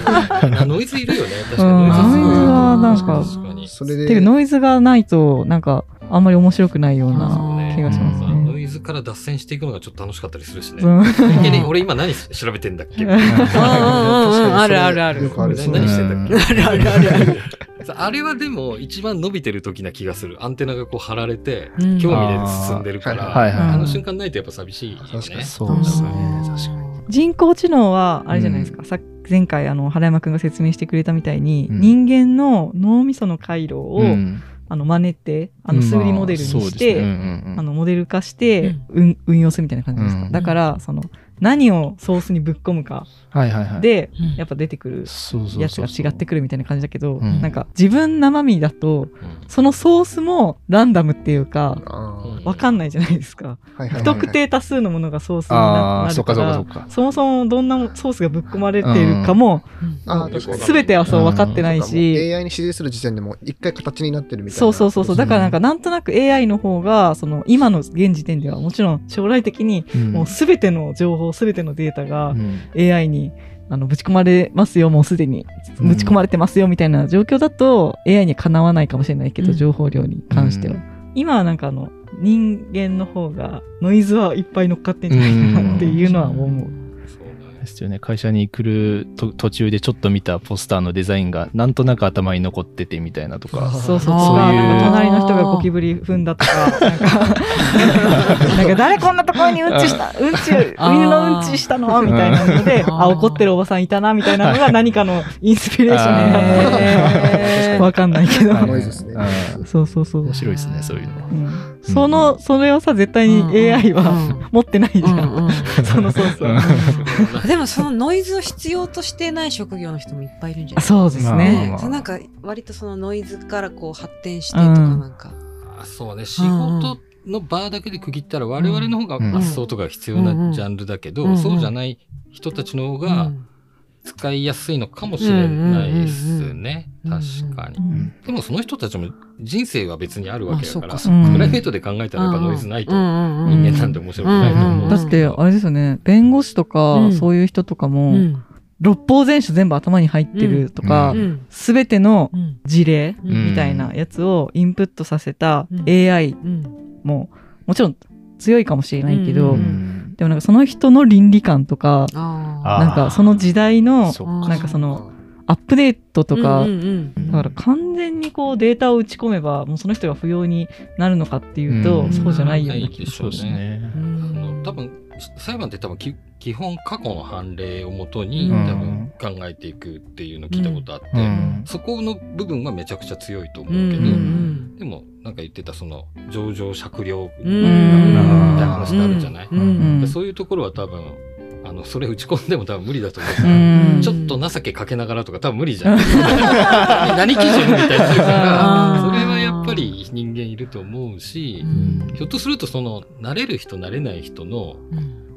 [SPEAKER 1] あノイズいるよね確かに
[SPEAKER 4] うん
[SPEAKER 1] ノイズすごい
[SPEAKER 3] ノイズはなん
[SPEAKER 4] か
[SPEAKER 1] 確かに
[SPEAKER 6] それ
[SPEAKER 4] ていう
[SPEAKER 6] で
[SPEAKER 4] か、ノイズがないと、なんか、あんまり面白くないよう
[SPEAKER 3] そう
[SPEAKER 4] な
[SPEAKER 3] ね
[SPEAKER 4] 気がします
[SPEAKER 1] うんノ
[SPEAKER 4] ね。
[SPEAKER 1] イズから脱線していくのがちょっと楽しかったりするしね。
[SPEAKER 4] うん
[SPEAKER 1] いきなり俺今何調べてんだっけ
[SPEAKER 4] うん
[SPEAKER 3] うんうんうんあるあるある
[SPEAKER 6] よくあ
[SPEAKER 1] 何
[SPEAKER 6] る
[SPEAKER 1] して
[SPEAKER 6] そ
[SPEAKER 1] ん
[SPEAKER 6] うです
[SPEAKER 1] だっけ
[SPEAKER 3] あるあるあるあ る
[SPEAKER 1] さあれはでも一番伸びてる時な気がする。アンテナがこう張られて、
[SPEAKER 3] うん
[SPEAKER 1] 興味で進んでるから、
[SPEAKER 2] あ
[SPEAKER 1] あ,、
[SPEAKER 2] ーはいはい
[SPEAKER 4] はい
[SPEAKER 1] の瞬間ないとやっぱ寂しいよね。
[SPEAKER 6] 確かに
[SPEAKER 2] そうですね
[SPEAKER 3] うん
[SPEAKER 2] 確かに。
[SPEAKER 4] 人工知能は、あれじゃないですか。さ前回、あの、原山くんが説明してくれたみたいに、
[SPEAKER 2] うん
[SPEAKER 4] 人間の脳みその回路を、
[SPEAKER 2] うん
[SPEAKER 4] あの真似てあの数理モデルに
[SPEAKER 2] まあそう
[SPEAKER 4] し
[SPEAKER 2] ですね
[SPEAKER 4] て、
[SPEAKER 2] うんうん
[SPEAKER 4] あのモデル化して、運運用するみたいな感じですか、
[SPEAKER 2] うん
[SPEAKER 4] だからその何をソースにぶっ込むか
[SPEAKER 2] はいはいはい。、
[SPEAKER 4] で、
[SPEAKER 3] うん
[SPEAKER 4] やっぱ出てくる
[SPEAKER 2] そうそう
[SPEAKER 4] やつが違って
[SPEAKER 2] く
[SPEAKER 4] くるみたいな感じだけど、
[SPEAKER 2] うん
[SPEAKER 4] なんか自分生身だとそのソースもランダムっていうか
[SPEAKER 6] あー
[SPEAKER 4] わかんないじゃないですか、
[SPEAKER 6] はいはいはい
[SPEAKER 4] 不特定多数のものがソースにな
[SPEAKER 2] ああ、
[SPEAKER 4] な
[SPEAKER 2] そっ
[SPEAKER 4] る
[SPEAKER 2] か
[SPEAKER 4] か
[SPEAKER 2] そっからそっか。
[SPEAKER 4] そもそもどんなソースがぶっ込まれているかも、
[SPEAKER 6] あー確かに
[SPEAKER 4] 全てはそう分かってないし、
[SPEAKER 6] AI に指示する時点でもう一回形になってるみたいな
[SPEAKER 4] そうそうそうそう
[SPEAKER 2] みた
[SPEAKER 4] だ
[SPEAKER 2] いな
[SPEAKER 4] からなんかなんとなく AI の方がその今の現時点ではもちろん将来的に
[SPEAKER 2] うん
[SPEAKER 4] もう全ての情報全てのデータが
[SPEAKER 2] うん、
[SPEAKER 4] AI にあのぶち込まれますよもうすでに
[SPEAKER 2] うん
[SPEAKER 4] ぶち込まれてますよみたいな状況だと AI にかなわないかもしれないけ
[SPEAKER 3] う
[SPEAKER 4] ど、
[SPEAKER 3] ん
[SPEAKER 4] 情報量に関しては、
[SPEAKER 2] う
[SPEAKER 4] 今はなんかあの人間の方がノイズはいっぱい乗っかってんじゃないかなっていうのは思う。
[SPEAKER 2] ですよね。会社に来ると途中でちょっと見たポスターのデザインがなんとなく頭に残っててみたいなとか。
[SPEAKER 4] そう
[SPEAKER 2] そうい
[SPEAKER 4] そう
[SPEAKER 2] う
[SPEAKER 4] なんか隣の人がゴキブリ踏んだとか、 なんか、なんか誰こんなところにうんちした、うんち、犬のうんちしたのみたいなので、
[SPEAKER 3] うん
[SPEAKER 4] あ、怒ってるおばさんいたな、みたいなのが何かのインスピレーションになって
[SPEAKER 3] へー
[SPEAKER 4] わかんないけど。
[SPEAKER 6] はいノイズですね
[SPEAKER 2] うん
[SPEAKER 4] そうそうそう。
[SPEAKER 2] 面白いですね、そういうのは
[SPEAKER 4] う。んその、それをさ、絶対に AI は持ってないじゃ
[SPEAKER 3] うん
[SPEAKER 4] ん。
[SPEAKER 3] うん
[SPEAKER 4] そのソースは。
[SPEAKER 3] でもそのノイズを必要としてない職業の人もいっぱいいるんじゃ
[SPEAKER 4] あ
[SPEAKER 3] ない
[SPEAKER 4] そうです
[SPEAKER 2] まあ
[SPEAKER 4] ね。
[SPEAKER 2] まあ
[SPEAKER 3] そうなんか割とそのノイズからこう発展してとかなんか、
[SPEAKER 1] あ そうね仕事の場だけで区切ったら我々の方が
[SPEAKER 2] うん
[SPEAKER 1] 発想とか必要なジャンルだけど、
[SPEAKER 3] うん
[SPEAKER 1] そうじゃない人たちの方
[SPEAKER 3] う
[SPEAKER 1] が
[SPEAKER 3] ん
[SPEAKER 1] 使いやすいのかもしれないですね、
[SPEAKER 3] うんうんうんうん
[SPEAKER 1] 確かに、
[SPEAKER 4] うん
[SPEAKER 1] でもその人たちも人生は別にあるわけだから
[SPEAKER 3] あ
[SPEAKER 1] プ
[SPEAKER 3] そっか
[SPEAKER 4] そっか
[SPEAKER 1] ライベートで考えたらやっぱノイズないと
[SPEAKER 3] う
[SPEAKER 1] 人
[SPEAKER 3] んうんうん
[SPEAKER 1] 間なんて面白くないと思う、
[SPEAKER 3] うん
[SPEAKER 4] だって、あれですよね、弁護士と
[SPEAKER 3] う
[SPEAKER 4] か、
[SPEAKER 3] ん
[SPEAKER 4] そういう人とか
[SPEAKER 3] う
[SPEAKER 4] も、
[SPEAKER 3] ん
[SPEAKER 4] 六法全書全部頭に入ってるとか、
[SPEAKER 2] うん
[SPEAKER 3] うん
[SPEAKER 4] すべての
[SPEAKER 3] うん
[SPEAKER 4] 事例
[SPEAKER 2] うん
[SPEAKER 4] みたいなやつをインプットさせた
[SPEAKER 3] うん
[SPEAKER 4] AI
[SPEAKER 3] うん
[SPEAKER 4] も、もちろん強いかもしれないけ
[SPEAKER 3] う
[SPEAKER 4] ど、
[SPEAKER 3] ん
[SPEAKER 2] うん
[SPEAKER 4] でもなんかその人の倫理観とか、
[SPEAKER 3] あ
[SPEAKER 2] あ
[SPEAKER 4] なんかその時代の
[SPEAKER 2] そっ
[SPEAKER 3] ー
[SPEAKER 4] なんかそのアップデートとか、
[SPEAKER 3] うんうん
[SPEAKER 2] うん
[SPEAKER 4] だから完全にこうデータを打ち込めばもうその人が不要になるのかっていうと、
[SPEAKER 2] うん
[SPEAKER 4] そうじゃないよ
[SPEAKER 1] な
[SPEAKER 4] ね
[SPEAKER 1] い。でし
[SPEAKER 2] そ
[SPEAKER 1] ょ
[SPEAKER 2] う
[SPEAKER 1] う
[SPEAKER 2] です
[SPEAKER 1] ね。
[SPEAKER 2] ね
[SPEAKER 3] う。
[SPEAKER 1] あ
[SPEAKER 3] ん
[SPEAKER 1] の多分裁判って多分き基本過去の判例をもとに、
[SPEAKER 3] うん
[SPEAKER 1] 多分考えていくっていうのを聞いたことあって、
[SPEAKER 2] うん
[SPEAKER 1] そこの部分はめちゃくちゃ強いと思
[SPEAKER 3] うん
[SPEAKER 1] うけど、
[SPEAKER 3] うん
[SPEAKER 1] でもなんか言ってたその情状酌量みた
[SPEAKER 3] う
[SPEAKER 1] い
[SPEAKER 3] ん
[SPEAKER 4] ん
[SPEAKER 1] な話ってあるじゃない、
[SPEAKER 3] うん
[SPEAKER 4] うん
[SPEAKER 1] そういうところは多分あのそれ打ち込んでも多分無理だと思うか
[SPEAKER 4] う
[SPEAKER 1] ら、
[SPEAKER 4] ん
[SPEAKER 1] ちょっと情けかけながらとか多分無理じ ゃん何基準みたいなのあるから
[SPEAKER 3] あー
[SPEAKER 1] それはやっぱり人間いると思うし、
[SPEAKER 3] うん
[SPEAKER 1] ひょっとするとその慣れる人慣れない人の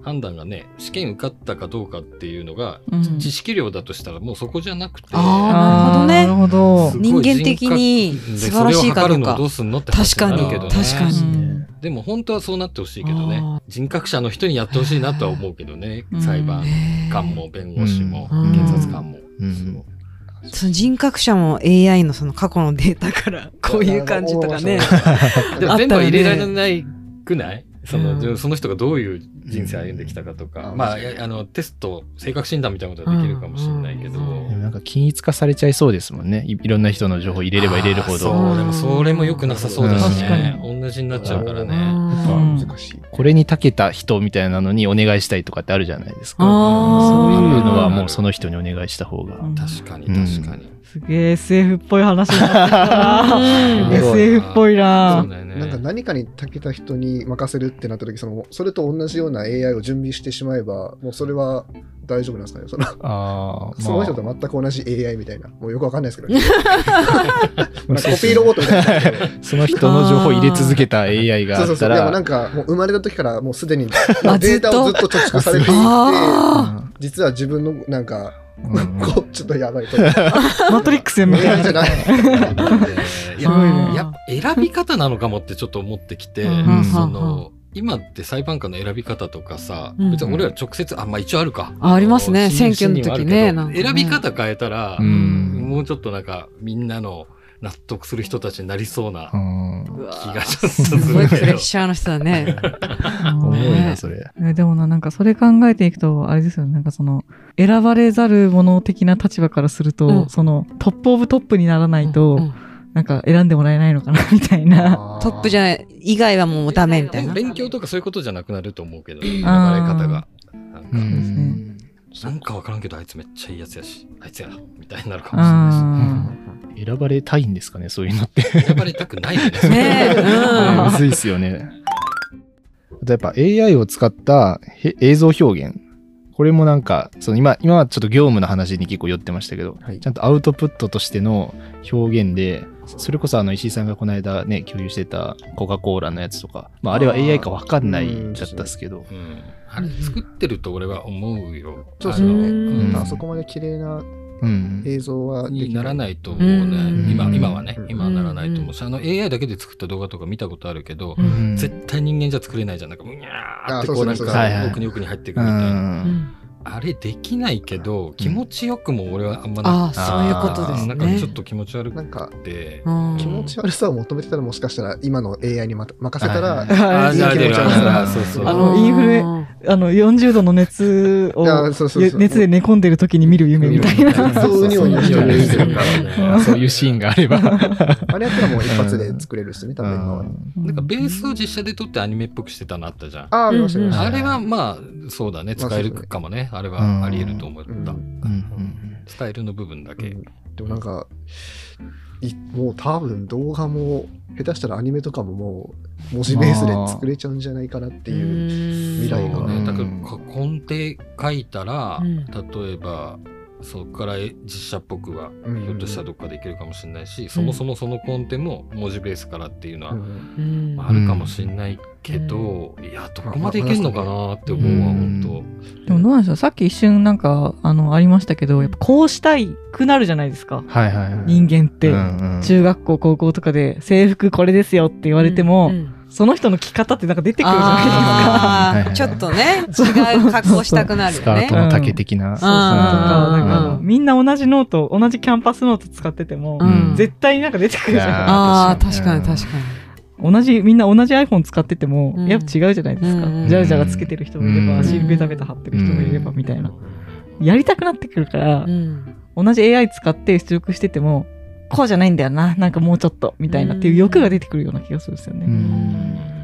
[SPEAKER 1] 判断がね試験受かったかどうかっていうのが、
[SPEAKER 4] うん
[SPEAKER 1] 知識量だとしたらもうそこじゃなくて
[SPEAKER 3] あ
[SPEAKER 4] あー
[SPEAKER 3] な
[SPEAKER 4] な
[SPEAKER 3] る
[SPEAKER 4] るほど
[SPEAKER 1] す
[SPEAKER 4] ね。
[SPEAKER 1] ごい
[SPEAKER 3] 人間的に
[SPEAKER 1] 人格
[SPEAKER 3] 素晴らしいかど
[SPEAKER 1] でそれを測る
[SPEAKER 3] う
[SPEAKER 1] の
[SPEAKER 3] か
[SPEAKER 1] をどうすんのって
[SPEAKER 3] 確
[SPEAKER 1] 話
[SPEAKER 3] か
[SPEAKER 1] にな
[SPEAKER 3] に
[SPEAKER 1] るけど
[SPEAKER 3] 確
[SPEAKER 1] ね
[SPEAKER 3] かに、
[SPEAKER 1] でも本当はそうなってほしいけど
[SPEAKER 3] あ
[SPEAKER 1] ね人格者の人にやってほしいなとは思うけどね
[SPEAKER 4] うん
[SPEAKER 1] 裁判
[SPEAKER 3] へー
[SPEAKER 1] 官も弁護士も
[SPEAKER 3] うん
[SPEAKER 1] 検察官も。
[SPEAKER 2] うん
[SPEAKER 1] そう
[SPEAKER 3] その人格者も AI のその過去のデータからこういう感じとかね
[SPEAKER 1] でも
[SPEAKER 3] あったらね
[SPEAKER 1] 全部は入れられないくないその,、
[SPEAKER 3] うん
[SPEAKER 1] その人がどういう人生歩んできたかとか、
[SPEAKER 6] うん
[SPEAKER 1] まああのテスト性格診断みたいなことはできるかもしれないけど、
[SPEAKER 3] うん
[SPEAKER 2] でもなんか均一化されちゃいそうですもんね。いいろんな人の情報入れれば入れるほ
[SPEAKER 1] あー
[SPEAKER 2] ど。
[SPEAKER 1] そうでもそれも良くなさそうだしね、同じになっちゃうから
[SPEAKER 3] う
[SPEAKER 1] ね、
[SPEAKER 4] うん
[SPEAKER 3] ん
[SPEAKER 6] 難しい
[SPEAKER 2] これに長けた人みたいなのにお願いしたいとかってあるじゃないですか。
[SPEAKER 3] あー
[SPEAKER 2] そういうのはもうその人にお願いした方が。
[SPEAKER 4] うん
[SPEAKER 1] 確かに
[SPEAKER 2] うん
[SPEAKER 1] 確かに、
[SPEAKER 4] すげえ SF っぽい話になってき たな SF っぽい
[SPEAKER 1] そ
[SPEAKER 4] な
[SPEAKER 1] う。だよね
[SPEAKER 6] なんか何かに長けた人に任せるってなった時そのそれと同じような AI を準備してしまえばもうそれは大丈夫なんですかねその
[SPEAKER 2] あー
[SPEAKER 6] その人と全く同じ AI みたいなもうよくわかんないですけ ど、ね、なんかコピーロボットみたいな
[SPEAKER 2] その人の情報入れ続けた AI が
[SPEAKER 6] そう
[SPEAKER 2] あ
[SPEAKER 6] そう
[SPEAKER 2] った
[SPEAKER 6] そうでもな
[SPEAKER 2] ら
[SPEAKER 6] ん、かもう生まれた時からもうすでにデ
[SPEAKER 3] あ
[SPEAKER 6] ータをずっと貯蓄されていて
[SPEAKER 3] あ
[SPEAKER 6] 実は自分のなんか
[SPEAKER 2] うん
[SPEAKER 6] こうちょっとやばいと AI
[SPEAKER 4] マトリックスみたい
[SPEAKER 6] じゃ
[SPEAKER 4] な。
[SPEAKER 6] ない
[SPEAKER 1] いや
[SPEAKER 4] すごいね
[SPEAKER 1] やっぱ選び方なのかもってちょっと思ってきて、
[SPEAKER 2] ん
[SPEAKER 1] その今って裁判官の選び方とかさ、
[SPEAKER 3] うん
[SPEAKER 1] 別に俺ら直接あまあ一応あるか
[SPEAKER 3] あありますね
[SPEAKER 1] あ
[SPEAKER 3] 選挙の時
[SPEAKER 1] 審議に
[SPEAKER 3] ね
[SPEAKER 1] はあるけど
[SPEAKER 3] な
[SPEAKER 1] 選
[SPEAKER 3] んかね
[SPEAKER 1] び方変えたら、
[SPEAKER 2] うん
[SPEAKER 1] もうちょっとなんかみんなの納得する人たちになりそうな
[SPEAKER 2] うん
[SPEAKER 3] うわ
[SPEAKER 1] 気
[SPEAKER 3] ー
[SPEAKER 1] がちょっとす
[SPEAKER 3] すごい
[SPEAKER 1] る
[SPEAKER 3] プ
[SPEAKER 1] け
[SPEAKER 3] レ
[SPEAKER 1] ど
[SPEAKER 3] ッ。シャーの人だね。
[SPEAKER 2] 重い
[SPEAKER 3] ね
[SPEAKER 2] な、それ。
[SPEAKER 4] えでもな、なんかそれ考えていくと、あれですよね、なんかその、選ばれざる者的な立場からすると、
[SPEAKER 3] うん
[SPEAKER 4] その、トップオブトップにならないと、
[SPEAKER 3] うん
[SPEAKER 4] なんか選んでもらえないのかな、 みたいな。
[SPEAKER 3] トップじゃない、以外はもうダメみたいな。
[SPEAKER 1] 勉強とかそういうことじゃなくなると思うけど、流れ
[SPEAKER 4] あー
[SPEAKER 1] 方が。なんか、
[SPEAKER 4] んですね
[SPEAKER 1] なんかわからんけど、あいつめっちゃいいやつやし、あいつや、みたいになるかもしれないし。
[SPEAKER 4] あ
[SPEAKER 2] 選ばれたいんですかね、そういうのって。
[SPEAKER 1] 選ばれたくないよね。それ
[SPEAKER 3] ねえ、うん
[SPEAKER 2] むずいっすよね。あとやっぱ AI を使ったへ映像表現。これもなんか、その今、今はちょっと業務の話に結構寄ってましたけど、
[SPEAKER 6] はい
[SPEAKER 2] ちゃんとアウトプットとしての表現で、それこそあの石井さんがこの間ね、共有してたコカ・コーラのやつとか、まああれは
[SPEAKER 6] あー
[SPEAKER 2] AI かわかんないだったっすけど、
[SPEAKER 1] うんあれ作ってると俺は思うよ。
[SPEAKER 6] そうで
[SPEAKER 1] あ
[SPEAKER 6] す
[SPEAKER 1] の
[SPEAKER 6] よね。
[SPEAKER 3] うん
[SPEAKER 6] なんかあそこまで綺麗な
[SPEAKER 2] うん。
[SPEAKER 6] 映像はで
[SPEAKER 1] に
[SPEAKER 6] き
[SPEAKER 1] なら
[SPEAKER 6] い。
[SPEAKER 1] ないと思う
[SPEAKER 3] う
[SPEAKER 1] ね。
[SPEAKER 2] ん
[SPEAKER 1] 今今はね
[SPEAKER 6] う、ん
[SPEAKER 1] 今はならないと思うし、あの AI だけで作った動画とか見たことあるけど、
[SPEAKER 4] う
[SPEAKER 2] うん
[SPEAKER 1] 絶対人間じゃ作れないじゃん。なんか、うにゃーってこ
[SPEAKER 6] あそう
[SPEAKER 1] う
[SPEAKER 6] そ
[SPEAKER 1] な
[SPEAKER 6] うんそ
[SPEAKER 1] か
[SPEAKER 6] う
[SPEAKER 2] はいはい
[SPEAKER 1] さ、奥に奥に入っていくみたいな。
[SPEAKER 2] う
[SPEAKER 4] うんん
[SPEAKER 1] あれできないけど、気持ちよくも俺はあんまな
[SPEAKER 3] ああ、そういうことです
[SPEAKER 1] な
[SPEAKER 3] ね。
[SPEAKER 1] んかちょっと気持ち悪
[SPEAKER 6] なん
[SPEAKER 1] く
[SPEAKER 6] か
[SPEAKER 1] て。
[SPEAKER 3] うん
[SPEAKER 6] 気持ち悪さを求めてたらもしかしたら今の AI にまた任せた
[SPEAKER 2] は
[SPEAKER 6] ら
[SPEAKER 2] い
[SPEAKER 1] あ
[SPEAKER 4] あ
[SPEAKER 1] ーじゃあ
[SPEAKER 6] いい気持ち悪
[SPEAKER 1] あー
[SPEAKER 6] さ
[SPEAKER 1] そうそう
[SPEAKER 4] あのインフレの40度の熱を
[SPEAKER 6] いやそうそうそう
[SPEAKER 4] 熱で寝込んでる時に見る夢みたいな。
[SPEAKER 6] そうにおいに人を言うてる
[SPEAKER 1] から
[SPEAKER 2] あそういうシーンがあれば。
[SPEAKER 6] あれやったらもう一発で作れるしね、多分今は。
[SPEAKER 1] なんかベースを実写で撮ってアニメっぽくしてたのあったじゃん。
[SPEAKER 6] ああ、見ました見ました。
[SPEAKER 1] あれはまあそうだね
[SPEAKER 6] まあ
[SPEAKER 1] 使えるかもねあれはありえると思った、
[SPEAKER 6] うん
[SPEAKER 2] うんうん
[SPEAKER 1] スタイルの部分だけ、
[SPEAKER 6] うんでもなんか、いもう多分動画も下手したらアニメとかももう文字ベースで作れちゃうんじゃないかなっていう。
[SPEAKER 3] 未
[SPEAKER 6] 未来
[SPEAKER 1] そう
[SPEAKER 6] が
[SPEAKER 1] ねだから
[SPEAKER 2] うん
[SPEAKER 1] こ根底書いたら、
[SPEAKER 3] うん
[SPEAKER 1] 例えばそこから実写っぽくはひ
[SPEAKER 6] うん
[SPEAKER 1] ょっとしたらどっかでいけるかもしれないし、そもそもその根底も文字ベースからっていうのは
[SPEAKER 6] うん
[SPEAKER 1] まああるかもしれないけど、いやどこまでいけるのかなって思うわ、
[SPEAKER 2] う
[SPEAKER 1] 本
[SPEAKER 2] ん
[SPEAKER 4] でもどうなんですかさっき一瞬なんかあのありましたけどやっぱこうしたいくなるじゃないですか
[SPEAKER 2] はいはいはい。
[SPEAKER 4] 人間って、
[SPEAKER 2] うんうん
[SPEAKER 4] 中学校高校とかで制服これですよって言われても、
[SPEAKER 3] うん
[SPEAKER 4] その人の着方ってなんか出てくるじ ゃ
[SPEAKER 3] あ
[SPEAKER 2] ない
[SPEAKER 3] ー
[SPEAKER 2] です
[SPEAKER 3] ち
[SPEAKER 2] か
[SPEAKER 3] ょっとね、違う格好したくなる
[SPEAKER 2] ス
[SPEAKER 3] よ
[SPEAKER 2] カー
[SPEAKER 3] ね
[SPEAKER 2] ト。の丈的な。
[SPEAKER 4] ないですか。なんか
[SPEAKER 3] うん
[SPEAKER 4] みんな同じノート同じキャンパスノート使ってても、
[SPEAKER 3] うん
[SPEAKER 4] 絶対になんか出てくるじゃ
[SPEAKER 3] ああ、
[SPEAKER 2] あー
[SPEAKER 3] 確かに
[SPEAKER 2] 確かに
[SPEAKER 3] 確か
[SPEAKER 4] ん同じみんな同じ iPhone 使ってても、
[SPEAKER 3] うん
[SPEAKER 4] やっぱ違うじゃないですか、
[SPEAKER 3] うん
[SPEAKER 4] ジャラジャラつけてる人もいれば、
[SPEAKER 2] うん
[SPEAKER 4] 足ベタベタ貼ってる人もいれば
[SPEAKER 3] うん
[SPEAKER 4] みたいな、
[SPEAKER 1] 当
[SPEAKER 4] やりたくなってくるから
[SPEAKER 3] に。う、ん
[SPEAKER 4] 同じ AI 使って出力しててもこうじゃないんだよななんかもうちょっとみたいなっていう欲が出てくるような気がするんですよね。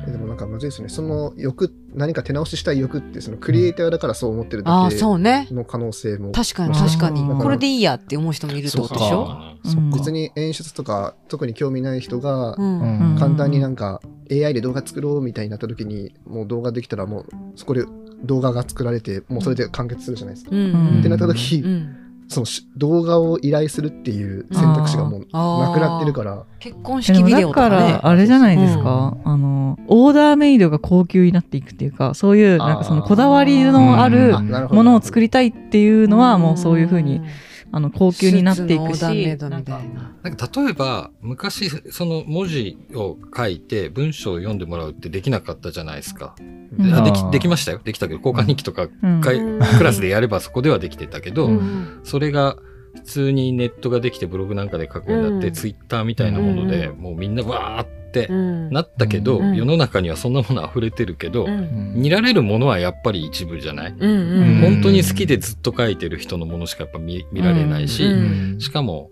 [SPEAKER 6] えでもなんかむずいですね。その欲、何か手直ししたい欲って、そのクリエイターだからそう思ってる
[SPEAKER 3] あ
[SPEAKER 6] だ
[SPEAKER 3] あ、
[SPEAKER 6] け
[SPEAKER 3] そうね。
[SPEAKER 6] の可能性も。
[SPEAKER 3] 確かに確かに
[SPEAKER 4] う。ん
[SPEAKER 3] これでいいやって思う人もいるってことでしょ
[SPEAKER 4] うん
[SPEAKER 6] 別に演出とか、特に興味ない人が
[SPEAKER 3] う、ん
[SPEAKER 2] う
[SPEAKER 4] うん
[SPEAKER 2] ん
[SPEAKER 6] 簡単になんか AI で動画作ろうみたいになった時に、もう動画できたらもう、そこで動画が作られて、もうそれで完結するじゃないですか。
[SPEAKER 3] う
[SPEAKER 4] うん
[SPEAKER 3] ん
[SPEAKER 6] ってなった時、
[SPEAKER 3] うん
[SPEAKER 6] そのし動画を依頼するっていう選択肢がもうなくなってるから、
[SPEAKER 3] 結婚
[SPEAKER 4] で
[SPEAKER 3] 式
[SPEAKER 4] も
[SPEAKER 3] ビデ
[SPEAKER 4] だ
[SPEAKER 3] オと
[SPEAKER 4] か
[SPEAKER 3] かね
[SPEAKER 4] ら。あれじゃないですか、あのオーダーメイドが高級になっていくっていうかそういうなんかそのこだわりのあ
[SPEAKER 2] うん
[SPEAKER 4] る
[SPEAKER 2] あ
[SPEAKER 6] なるほど
[SPEAKER 4] ものを作りたいっていうのはもうそういうふうに
[SPEAKER 3] ん、
[SPEAKER 4] あの高級になっていく
[SPEAKER 3] スーツのオーダーメイ
[SPEAKER 4] し
[SPEAKER 3] ドみたいな。
[SPEAKER 1] なんか例えば昔その文字を書いて文章を読んでもらうってできなかったじゃないですか。で
[SPEAKER 4] うん
[SPEAKER 1] あで
[SPEAKER 2] あー
[SPEAKER 1] きできましたよできたけど交換日記とか
[SPEAKER 4] うん
[SPEAKER 1] かい
[SPEAKER 3] うん
[SPEAKER 1] クラスでやればそこではできてたけど、
[SPEAKER 2] うん
[SPEAKER 3] ん
[SPEAKER 1] それが普通にネットができてブログなんかで書くようになって、
[SPEAKER 3] うん
[SPEAKER 1] ツイッターみたいなもので、
[SPEAKER 3] う
[SPEAKER 1] もうみんなわーって
[SPEAKER 3] うん
[SPEAKER 1] なったけど、
[SPEAKER 3] うん
[SPEAKER 1] 世の中にはそんなもの溢れてるけど、
[SPEAKER 3] うん
[SPEAKER 1] 見られるものはやっぱり一部じゃない、
[SPEAKER 3] うん
[SPEAKER 2] うん
[SPEAKER 1] 本当に好きでずっと書いてる人のものしかやっぱ見見られないし、
[SPEAKER 3] うんうん
[SPEAKER 1] しかも、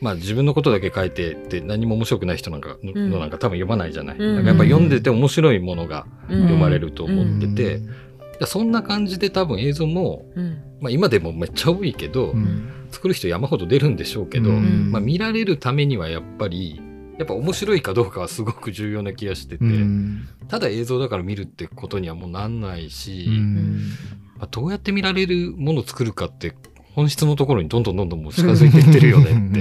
[SPEAKER 1] まあ、自分のことだけ書いてって何も面白くない人なんかの,、
[SPEAKER 3] うん
[SPEAKER 1] なんか多分読まないじゃない、
[SPEAKER 3] うん
[SPEAKER 1] だからやっぱ読んでて面白いものが
[SPEAKER 3] うん
[SPEAKER 1] 読まれると思ってて、
[SPEAKER 2] うん
[SPEAKER 1] そんな感じで多分映像も、
[SPEAKER 3] うん
[SPEAKER 1] まあ、今でもめっちゃ多いけど、
[SPEAKER 2] うん
[SPEAKER 1] 作る人山ほど出るんでしょうけど、
[SPEAKER 2] うん
[SPEAKER 1] まあ、見られるためにはやっぱりやっぱ面白いかどうかはすごく重要な気がしてて、
[SPEAKER 2] うん
[SPEAKER 1] ただ映像だから見るってことにはもうなんないし、
[SPEAKER 2] うん
[SPEAKER 1] まあ、どうやって見られるものを作るかって本質のところにどんどんどんどんもう近づいていってるよねって、
[SPEAKER 2] うん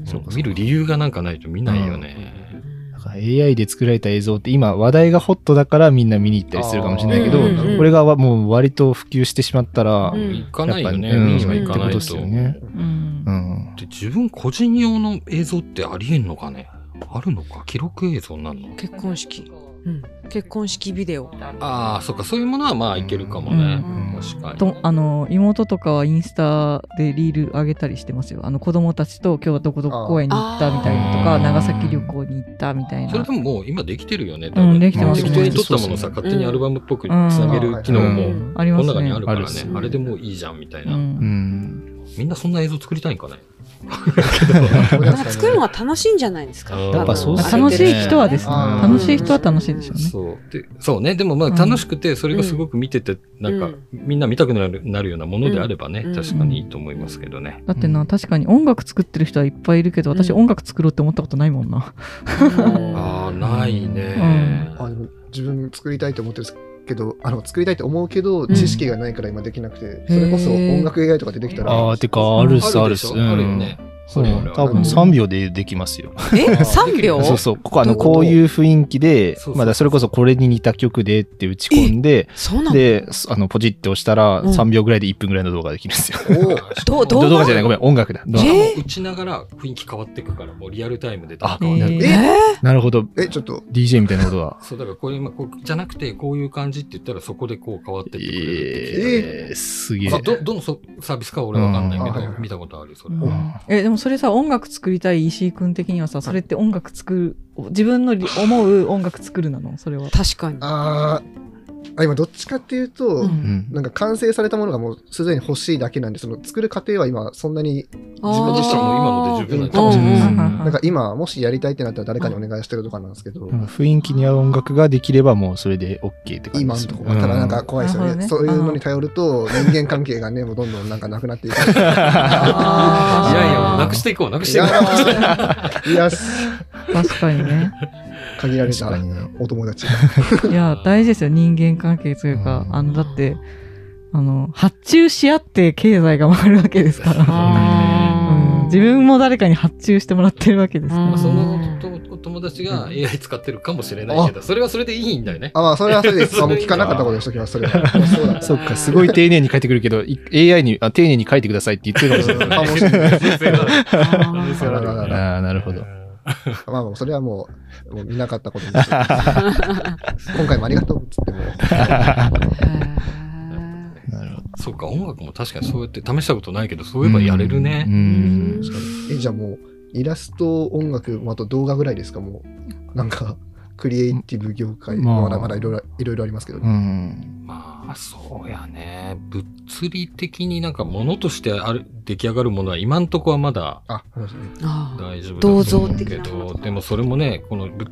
[SPEAKER 3] うん
[SPEAKER 1] そう見る理由がなんかないと見ないよね。
[SPEAKER 2] だから AI で作られた映像って今話題がホットだからみんな見に行ったりするかもしれないけど、
[SPEAKER 3] あー
[SPEAKER 2] これがわもう割と普及してしまったら、
[SPEAKER 3] うん
[SPEAKER 1] 行かないよね、
[SPEAKER 2] やっぱ
[SPEAKER 1] 見には行かない
[SPEAKER 2] うん
[SPEAKER 1] と
[SPEAKER 2] ってことですよね
[SPEAKER 4] うん
[SPEAKER 2] うん
[SPEAKER 1] で自分個人用の映像ってありえんのかねあるのか記録映像になるの
[SPEAKER 3] 結婚式、うん、結婚式ビデオ。
[SPEAKER 1] ああそっかそういうものはまあいけるかもね、
[SPEAKER 2] うん
[SPEAKER 1] 確かに。
[SPEAKER 4] とあの妹とかはインスタでリール上げたりしてますよあの子供たちと今日はどこどこ公園に行ったみたいなと
[SPEAKER 2] あ
[SPEAKER 4] か
[SPEAKER 2] ー
[SPEAKER 4] 長崎旅行に行ったみたいな
[SPEAKER 1] それでももう今できてるよね、
[SPEAKER 4] うんでき
[SPEAKER 3] てますね
[SPEAKER 1] 適当に撮ったものさ、
[SPEAKER 2] うん
[SPEAKER 1] 勝手にアルバムっぽくつなげる機能
[SPEAKER 2] う
[SPEAKER 1] も、
[SPEAKER 2] ん
[SPEAKER 4] あり
[SPEAKER 1] この
[SPEAKER 4] ます
[SPEAKER 1] 中
[SPEAKER 4] ね
[SPEAKER 1] にあるから
[SPEAKER 2] あります
[SPEAKER 1] ね
[SPEAKER 2] ね
[SPEAKER 1] あれでもういいじゃんみたいな、
[SPEAKER 4] う
[SPEAKER 2] うんん
[SPEAKER 1] みんなそんな映像作りたいんかね。
[SPEAKER 3] なんか作るのが楽しいんじゃないですか。
[SPEAKER 1] うん
[SPEAKER 3] 多分
[SPEAKER 1] やっぱそうっす
[SPEAKER 4] よね楽しい人はです
[SPEAKER 6] ね
[SPEAKER 2] うん
[SPEAKER 4] 楽しい人は楽しいでしょうね。
[SPEAKER 1] そうでそうねでもまあ
[SPEAKER 4] うん
[SPEAKER 1] 楽しくてそれがすごく見ててなんか
[SPEAKER 3] うん
[SPEAKER 1] みんな見たくなるなるようなものであればね
[SPEAKER 3] うん
[SPEAKER 1] 確かにいいと思いますけどね。
[SPEAKER 4] だってな、確かに音楽作ってる人はいっぱいいるけど、私
[SPEAKER 3] うん
[SPEAKER 4] 音楽作ろうって思ったことないもんな。
[SPEAKER 3] うん
[SPEAKER 1] ああないね
[SPEAKER 4] ね。
[SPEAKER 6] あの自分作りたいと思ってるんですけどあの作りたいと思うけど知識がないから今できなくて、それこそ音楽 AI とか出てきたら
[SPEAKER 2] ああ、てか、あるっす、あるっす。
[SPEAKER 1] あ
[SPEAKER 2] う
[SPEAKER 1] るよ
[SPEAKER 2] ん
[SPEAKER 1] ね。
[SPEAKER 2] そう、多分
[SPEAKER 1] 分
[SPEAKER 2] 3秒でできますよ。
[SPEAKER 3] え、三秒
[SPEAKER 1] お
[SPEAKER 2] そうそう、ここあの、こういう雰囲気で
[SPEAKER 1] そうそう、
[SPEAKER 2] まだそれこそこれに似た曲でって打ち込んで、
[SPEAKER 3] そうなの
[SPEAKER 2] で、すあの、ポチって押したら、
[SPEAKER 3] うん
[SPEAKER 2] 3秒ぐらいで1分ぐらいの動画できるんですよ。
[SPEAKER 3] どうどう
[SPEAKER 2] 動画じゃない、ごめん、音楽だ。動画
[SPEAKER 3] え
[SPEAKER 1] 打ちながら雰囲気変わっていくからもうリアルタイムで
[SPEAKER 2] あ
[SPEAKER 1] 変わって
[SPEAKER 4] え
[SPEAKER 1] い
[SPEAKER 4] ー
[SPEAKER 1] く
[SPEAKER 3] え
[SPEAKER 2] なるほど、
[SPEAKER 6] えちょっと
[SPEAKER 2] DJ みたいなことだ。
[SPEAKER 1] そうだからこれ今こうじゃなくてこういう感じって言ったらそこでこう変わってってくれるって聞いたね
[SPEAKER 2] えー、すげえ
[SPEAKER 1] まあ。どどのそサービスかは俺は分かんないけ
[SPEAKER 6] う
[SPEAKER 1] ど
[SPEAKER 6] ん
[SPEAKER 1] 見たことあるよそれ。
[SPEAKER 4] うん
[SPEAKER 2] うん
[SPEAKER 4] えでもそれさ音楽作りたい石井君的にはさそれって音楽作る自分のり思う音楽作るなのそれは。
[SPEAKER 3] 確かに。
[SPEAKER 6] あーあ今どっちかっていうと、
[SPEAKER 3] う
[SPEAKER 2] うんん
[SPEAKER 6] なんか完成されたものがもうすでに欲しいだけなんでその作る過程は今そんなに
[SPEAKER 1] 自分自身も今ので十分なんじゃな
[SPEAKER 3] う
[SPEAKER 1] い
[SPEAKER 3] ん
[SPEAKER 2] うん
[SPEAKER 6] なんか今もしやりたいってなったら誰かにお願いしてるとかなんですけど、
[SPEAKER 2] なんか雰囲気に合う音楽ができればもうそれで OK って感じで
[SPEAKER 6] 今の
[SPEAKER 2] す
[SPEAKER 6] と
[SPEAKER 2] よ
[SPEAKER 6] ころはただなんか怖いですよね,、
[SPEAKER 4] うんなるほど
[SPEAKER 6] そう
[SPEAKER 4] ね
[SPEAKER 6] いうのに頼ると人間関係がねもうどんどんなんかなくなってい く
[SPEAKER 4] あー
[SPEAKER 1] いやいや、もうなくしていこう、なくし
[SPEAKER 6] い
[SPEAKER 1] てい
[SPEAKER 6] や
[SPEAKER 1] こう。
[SPEAKER 6] ーいや
[SPEAKER 4] 確かにね。
[SPEAKER 6] 限られた
[SPEAKER 2] 確かにね
[SPEAKER 6] お友達
[SPEAKER 4] いや大事ですよ人間関係というか、
[SPEAKER 2] うん
[SPEAKER 4] あのだってあの発注し合って経済が回るわけですから、うん自分も誰かに発注してもらってるわけですか
[SPEAKER 3] う
[SPEAKER 4] ら
[SPEAKER 3] ん。
[SPEAKER 1] そのおお友達が
[SPEAKER 2] うん
[SPEAKER 1] AI 使ってるかもしれないけど、それはそれでいいんだよね。
[SPEAKER 6] あまあそれはそれですあも
[SPEAKER 1] そういう意
[SPEAKER 6] う
[SPEAKER 1] 味
[SPEAKER 6] 聞かなかったことにしときますそれはそう だ
[SPEAKER 2] そっか、すごい丁寧に書いてくるけど、い AI にあ、丁寧に書いてくださいって言 ってるかもしれない。
[SPEAKER 6] かもしれない
[SPEAKER 1] 人生だね
[SPEAKER 3] あ
[SPEAKER 1] 人生だね
[SPEAKER 6] あ
[SPEAKER 2] ああ、なるほど。
[SPEAKER 6] まあまあそれはもうもう見なかったことに して今回もありがとうっつっても
[SPEAKER 3] ー
[SPEAKER 2] なるほど。
[SPEAKER 1] そうか、音楽も確かにそうやって試したことないけど、そういえばやれる
[SPEAKER 2] う
[SPEAKER 1] ね。
[SPEAKER 2] ん。
[SPEAKER 6] えじゃあもうイラスト音楽あと動画ぐらいですかもうなんかクリエイティブ業界、
[SPEAKER 2] まあ
[SPEAKER 6] まだまだいろいろいろいろありますけど、
[SPEAKER 2] うん。
[SPEAKER 1] まあ、そうやね。物理的になんか物としてある出来上がるものは今んとこはまだ
[SPEAKER 6] あそうですね
[SPEAKER 3] あー
[SPEAKER 1] 大丈夫だ
[SPEAKER 3] 銅
[SPEAKER 1] と
[SPEAKER 3] 像
[SPEAKER 1] 思う
[SPEAKER 3] 的
[SPEAKER 1] け
[SPEAKER 3] なもの
[SPEAKER 1] ど、
[SPEAKER 3] とか
[SPEAKER 1] でもそれもね、このぶ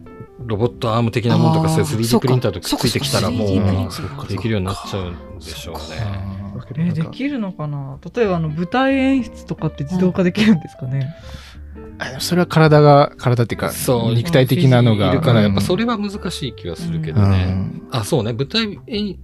[SPEAKER 1] ロボットアーム的なものとか、
[SPEAKER 3] あー
[SPEAKER 1] そういう 3D
[SPEAKER 3] そうか
[SPEAKER 1] プリンターとくっついてきたらも
[SPEAKER 3] そうか 3D プリ
[SPEAKER 1] う
[SPEAKER 3] ンター
[SPEAKER 2] そっか
[SPEAKER 1] できるようになっちゃうんでしょうね。
[SPEAKER 2] あ
[SPEAKER 6] だけど
[SPEAKER 4] え
[SPEAKER 6] な
[SPEAKER 4] ー
[SPEAKER 6] ん
[SPEAKER 4] で
[SPEAKER 6] か
[SPEAKER 4] きるのかな例えばあの舞台演出とかって自動化できるんですかね、
[SPEAKER 2] ーそれは体が、体っていうか、
[SPEAKER 1] そう
[SPEAKER 2] 肉体的なのが。
[SPEAKER 1] いるから、やっぱそ
[SPEAKER 2] れ
[SPEAKER 1] れは難しい気はするけ
[SPEAKER 2] う
[SPEAKER 1] どね。
[SPEAKER 2] ん。
[SPEAKER 1] あ、そうね、舞台演、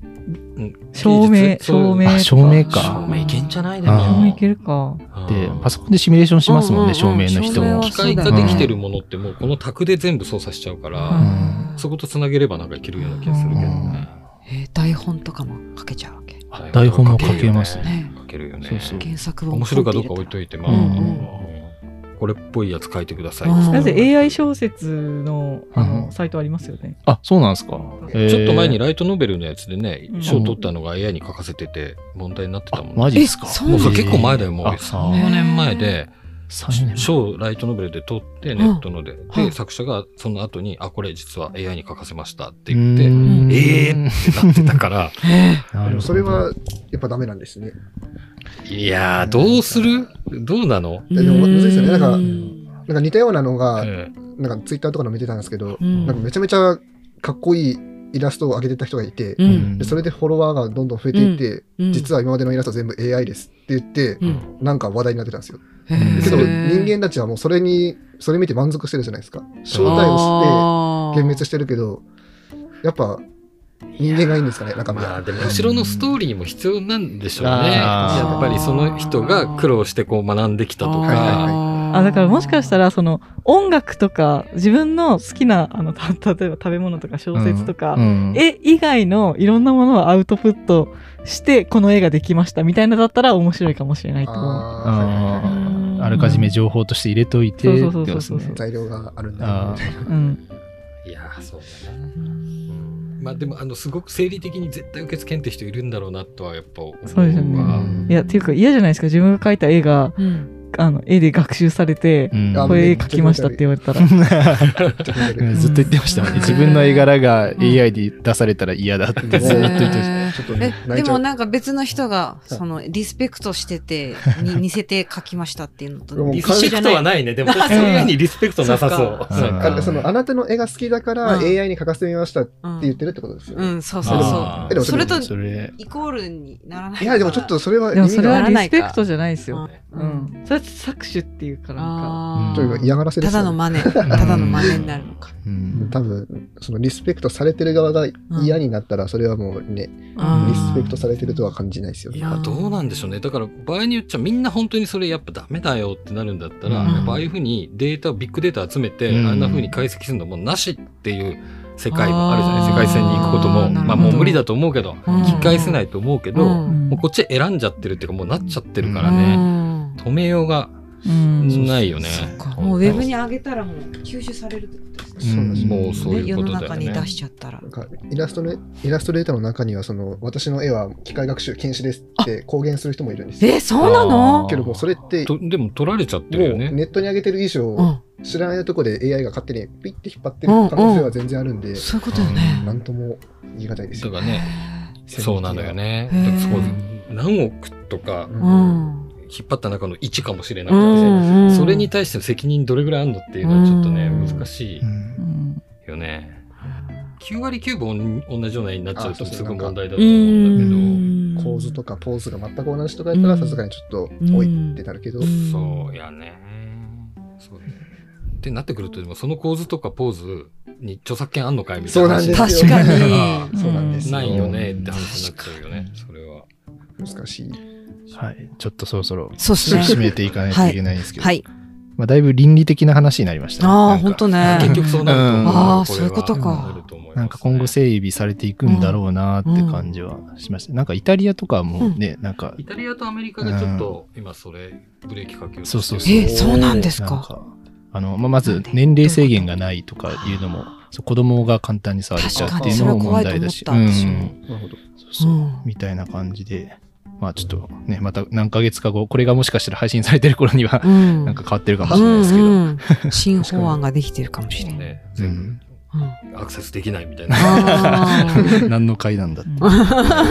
[SPEAKER 4] 照明照
[SPEAKER 1] 照
[SPEAKER 4] 明
[SPEAKER 1] 明。
[SPEAKER 4] とか
[SPEAKER 2] あ、照明
[SPEAKER 1] 照
[SPEAKER 2] か。
[SPEAKER 1] 明いけんじゃないで
[SPEAKER 2] あ
[SPEAKER 1] も
[SPEAKER 2] ー
[SPEAKER 4] 照明いけるか
[SPEAKER 2] で、パ
[SPEAKER 1] ソ
[SPEAKER 2] ソコンでシミュレーションしますもん
[SPEAKER 3] うんうん
[SPEAKER 2] ね、
[SPEAKER 3] うん
[SPEAKER 2] 照明の人も
[SPEAKER 3] 照明。
[SPEAKER 1] 機械化できてるものってもうこの卓で全部操作しちゃうから、
[SPEAKER 4] うん
[SPEAKER 1] そことつなげればなんかいけるような気がするけどね。
[SPEAKER 3] えー台本とかも書けちゃうわけ。
[SPEAKER 2] 台本も書けます
[SPEAKER 3] ね
[SPEAKER 1] 書けるよね。
[SPEAKER 2] そうそう
[SPEAKER 3] 原作本
[SPEAKER 1] 面白いかどうか置いといて、まあ、
[SPEAKER 4] うんうん
[SPEAKER 1] うんこれっぽいやつ書いてください。
[SPEAKER 3] うん
[SPEAKER 4] なぜ AI 小説のあの、
[SPEAKER 2] うん
[SPEAKER 4] サイトありますよね。
[SPEAKER 2] あ、そうなんですか。
[SPEAKER 1] ちょっと前に
[SPEAKER 2] ラ
[SPEAKER 1] ライトノベルのやつでね
[SPEAKER 4] う、ん
[SPEAKER 1] 賞取ったのが AI に書かせてて問題になってたもん
[SPEAKER 2] マ
[SPEAKER 1] ね。
[SPEAKER 2] ジですか。
[SPEAKER 3] えそう
[SPEAKER 1] もう
[SPEAKER 3] なの
[SPEAKER 1] それ結構前だよ、もう
[SPEAKER 2] あ
[SPEAKER 1] 3、4年前で、
[SPEAKER 2] 3年
[SPEAKER 1] 賞ライトノベルで取って、ネットので。
[SPEAKER 3] う
[SPEAKER 1] で、
[SPEAKER 3] ん
[SPEAKER 1] 作者がその後に、あ、これ実は AI に書かせましたって言って、っ
[SPEAKER 2] 前
[SPEAKER 1] えーてなってたから、
[SPEAKER 2] な
[SPEAKER 6] で
[SPEAKER 2] るほ
[SPEAKER 6] も
[SPEAKER 2] ど
[SPEAKER 6] それはやっぱダメなんですね。
[SPEAKER 1] いやー、 どうするどうなの
[SPEAKER 6] でもむずいですよね。なんか、
[SPEAKER 3] ん
[SPEAKER 6] なんか似たようなのが、
[SPEAKER 1] うん
[SPEAKER 6] なんかツイッターとかの見てたんですけど、
[SPEAKER 3] うん
[SPEAKER 6] なんかめちゃめちゃかっこいいイラストを上げてた人がいて、
[SPEAKER 3] う
[SPEAKER 2] うん
[SPEAKER 3] ん
[SPEAKER 6] でそれでフォロワーがどんどん増えていって、
[SPEAKER 3] うん
[SPEAKER 6] 実は今までのイラスト全部 AI ですって言って、
[SPEAKER 3] うん
[SPEAKER 6] なんか話題になってたんですよ。
[SPEAKER 3] へ
[SPEAKER 6] けど
[SPEAKER 3] ー
[SPEAKER 6] 人間たちはもうそれに、それ見て満足してるじゃないですか。正体を
[SPEAKER 3] あ
[SPEAKER 6] 知
[SPEAKER 3] ー
[SPEAKER 6] って幻滅してるけど、やっぱ人間がいいんですかね、中身
[SPEAKER 1] まあ
[SPEAKER 6] が。
[SPEAKER 1] でも後ろのストーリーも必要なんでしょうね。
[SPEAKER 2] あ
[SPEAKER 1] や
[SPEAKER 2] ー
[SPEAKER 1] っぱりその人が苦労してこう学んできたと
[SPEAKER 6] はいはいはい
[SPEAKER 1] か。
[SPEAKER 4] あだからもしかしたらその音楽とか自分の好きなあのた 例えば食べ物とか小説とか、
[SPEAKER 2] うん
[SPEAKER 4] 絵以外のいろんなものをアウトプットしてこの絵ができましたみたいなだったら面白いかもしれないと思う。
[SPEAKER 6] あーはいはいはい
[SPEAKER 2] あーあらかじめ情報として入れといてってことです
[SPEAKER 4] そうそうそうそう
[SPEAKER 2] ね。
[SPEAKER 6] 材料があるんだ
[SPEAKER 2] あ
[SPEAKER 6] みたいな。
[SPEAKER 4] うん、
[SPEAKER 1] いやーそうだね。うんまあでもあのすごく生理的に絶対受け付けんって人いるんだろうなとはやっぱ思う
[SPEAKER 4] そうですよね
[SPEAKER 1] わ
[SPEAKER 2] うん
[SPEAKER 4] いやっていうか嫌じゃないですか自分が描いた絵が
[SPEAKER 3] うん
[SPEAKER 4] あの絵で学習されて
[SPEAKER 2] う、ん
[SPEAKER 6] あ
[SPEAKER 4] これ絵描きましたって言われ たら。
[SPEAKER 2] ずっと言ってましたもんね。自分の絵柄が AI で出されたら嫌だってずっと言ってまし
[SPEAKER 6] ちょっと
[SPEAKER 3] え
[SPEAKER 6] ね、泣
[SPEAKER 3] で
[SPEAKER 6] いちゃ
[SPEAKER 3] も
[SPEAKER 6] う。
[SPEAKER 3] なんか別の人が、
[SPEAKER 6] い
[SPEAKER 3] その、リスペクトしてて、 に似せて書きましたっていうのと、
[SPEAKER 6] もう
[SPEAKER 5] リスペクトはないね。 でも、確かにリスペクトなさそう。
[SPEAKER 2] そうか
[SPEAKER 6] あそのあなたの絵が好きだから
[SPEAKER 3] うん
[SPEAKER 6] AI に書かせてみましたって
[SPEAKER 3] うん
[SPEAKER 6] 言ってるってことですよ
[SPEAKER 3] う
[SPEAKER 6] ね。
[SPEAKER 3] ん、そうそうそ
[SPEAKER 5] あ
[SPEAKER 6] えで
[SPEAKER 3] う。
[SPEAKER 6] も
[SPEAKER 3] それと、
[SPEAKER 2] それ、
[SPEAKER 3] イコールにならない。
[SPEAKER 6] いや、でもちょっと、それは
[SPEAKER 4] で
[SPEAKER 6] 意
[SPEAKER 4] もそ
[SPEAKER 6] 味
[SPEAKER 4] れは
[SPEAKER 6] が
[SPEAKER 4] リスペクトじゃないですよ。
[SPEAKER 3] う。
[SPEAKER 4] うんん。それは搾取っていうかなんか。
[SPEAKER 3] あー
[SPEAKER 6] というか嫌がらせで
[SPEAKER 3] た
[SPEAKER 6] すよ
[SPEAKER 3] だ
[SPEAKER 6] ね
[SPEAKER 3] の真似。ただの真似になるのか。
[SPEAKER 2] うん
[SPEAKER 6] 多分そのリスペクトされてる側が嫌になったらそれはもうね、
[SPEAKER 3] うん
[SPEAKER 6] リスペクトされてるとは感じないですよ
[SPEAKER 1] い
[SPEAKER 6] ね。
[SPEAKER 1] やどうなんでしょうねだから場合によっちゃみんな本当にそれやっぱダメだよってなるんだったら、
[SPEAKER 2] うん
[SPEAKER 1] やっぱああいうふうにデータをビッグデータ集めて、
[SPEAKER 2] うん
[SPEAKER 1] あんなふうに解析するのもなしっていう世界もあるじゃない世界線に行くこと
[SPEAKER 3] あ
[SPEAKER 1] も
[SPEAKER 3] ーなるほど
[SPEAKER 1] まあもう無理だと思うけど
[SPEAKER 3] うん
[SPEAKER 1] 引き返せないと思うけど、
[SPEAKER 3] うん
[SPEAKER 1] もうこっち選んじゃってるっていうかもうなっちゃってるから
[SPEAKER 3] う
[SPEAKER 1] ね、
[SPEAKER 3] ん
[SPEAKER 1] 止めようが
[SPEAKER 4] うん。
[SPEAKER 1] ないよね。
[SPEAKER 3] そっかもうウェブに上げたらもう吸収されるってことですね。
[SPEAKER 6] そうですね
[SPEAKER 1] もうそういう
[SPEAKER 3] 世
[SPEAKER 1] こ
[SPEAKER 3] の
[SPEAKER 1] とだよ
[SPEAKER 3] 中
[SPEAKER 1] ね。
[SPEAKER 3] に出しちゃったら
[SPEAKER 6] な。んかイラストレイラストレーターの中にはその私の絵は機械学習禁止ですって公言する人もいるんですよ。
[SPEAKER 3] え、そうなの
[SPEAKER 6] けどもうそれって
[SPEAKER 1] と
[SPEAKER 6] も
[SPEAKER 1] でも取られちゃって
[SPEAKER 6] う
[SPEAKER 1] るよね。
[SPEAKER 6] ネットに上げてる以
[SPEAKER 3] う
[SPEAKER 6] 上
[SPEAKER 3] ん。
[SPEAKER 6] 知らないとこで AI が勝手にピッて引っ張ってる可能性は全然あるんで
[SPEAKER 3] そういうことよね。
[SPEAKER 6] なんとも言い難いです
[SPEAKER 1] だ
[SPEAKER 6] よ
[SPEAKER 1] からね、そうなのよ。ね。
[SPEAKER 3] へー
[SPEAKER 1] だからそこ何億とか
[SPEAKER 6] う
[SPEAKER 3] うんん。
[SPEAKER 1] 引っ張った中の1かもしれな
[SPEAKER 3] う
[SPEAKER 1] い
[SPEAKER 3] んうんうん
[SPEAKER 1] それに対しての責任どれぐらいあるのっていうのはちょっとね、
[SPEAKER 3] うん
[SPEAKER 1] 難しい
[SPEAKER 4] うん。
[SPEAKER 1] よね。9割9分同じような絵になっちゃうと
[SPEAKER 6] あそう
[SPEAKER 1] す
[SPEAKER 6] そう
[SPEAKER 1] ぐ問題だと
[SPEAKER 3] う
[SPEAKER 1] 思うんだけど。
[SPEAKER 3] ん
[SPEAKER 6] 構図とかポーズが全く同じとかやったらさすがにちょっとおいってなるけど、
[SPEAKER 3] うん
[SPEAKER 1] そうやね。そうねってなってくると、でもその構図とかポーズに著作権あんのかいみたいな話
[SPEAKER 6] そうなんです
[SPEAKER 3] 確かに。
[SPEAKER 6] そうなんです
[SPEAKER 1] ないよねって話になっちゃうよね、それは。
[SPEAKER 6] 難しい。
[SPEAKER 2] はい。ちょっとそろそろ
[SPEAKER 3] そうですね。
[SPEAKER 2] 締めていかないといけないんですけど、
[SPEAKER 3] はい。
[SPEAKER 2] まあ、だいぶ倫理的な話になりましたね。
[SPEAKER 3] あ
[SPEAKER 2] な
[SPEAKER 3] あ、
[SPEAKER 2] んか
[SPEAKER 3] 本当ね。
[SPEAKER 1] 結局そうなると思う
[SPEAKER 2] うん
[SPEAKER 1] わ
[SPEAKER 3] あー
[SPEAKER 1] れは
[SPEAKER 3] そういうことか
[SPEAKER 1] なると思いますね
[SPEAKER 2] なんか今後整備されていくんだろうなって感じはしました。なんかイタリアとかもね、なんか
[SPEAKER 1] イタリアとアメリカがちょっと今それブレーキかけようとして
[SPEAKER 2] そう
[SPEAKER 1] る
[SPEAKER 2] そうそう。
[SPEAKER 3] えそうなんですか
[SPEAKER 2] あの、まあ、まず年齢制限がないとかいうのも、そう子供が簡単に触れちゃうっていうのも問題だし。
[SPEAKER 3] 確かにそれは怖いと思っ
[SPEAKER 2] ん
[SPEAKER 3] た
[SPEAKER 6] なるほど。
[SPEAKER 2] そうそう
[SPEAKER 3] うん
[SPEAKER 2] みたいな感じで、まあちょっとね、また何ヶ月か後、これがもしかしたら配信されてる頃には、
[SPEAKER 3] うん
[SPEAKER 2] なんか変わってるかも
[SPEAKER 3] う
[SPEAKER 2] しれない
[SPEAKER 3] ん
[SPEAKER 2] ですけど。
[SPEAKER 3] うん新法案ができてるかもしれない。
[SPEAKER 1] ね、全
[SPEAKER 3] うん
[SPEAKER 1] 部アクセスできないみたいな。
[SPEAKER 3] あー
[SPEAKER 2] 何の回なんだって。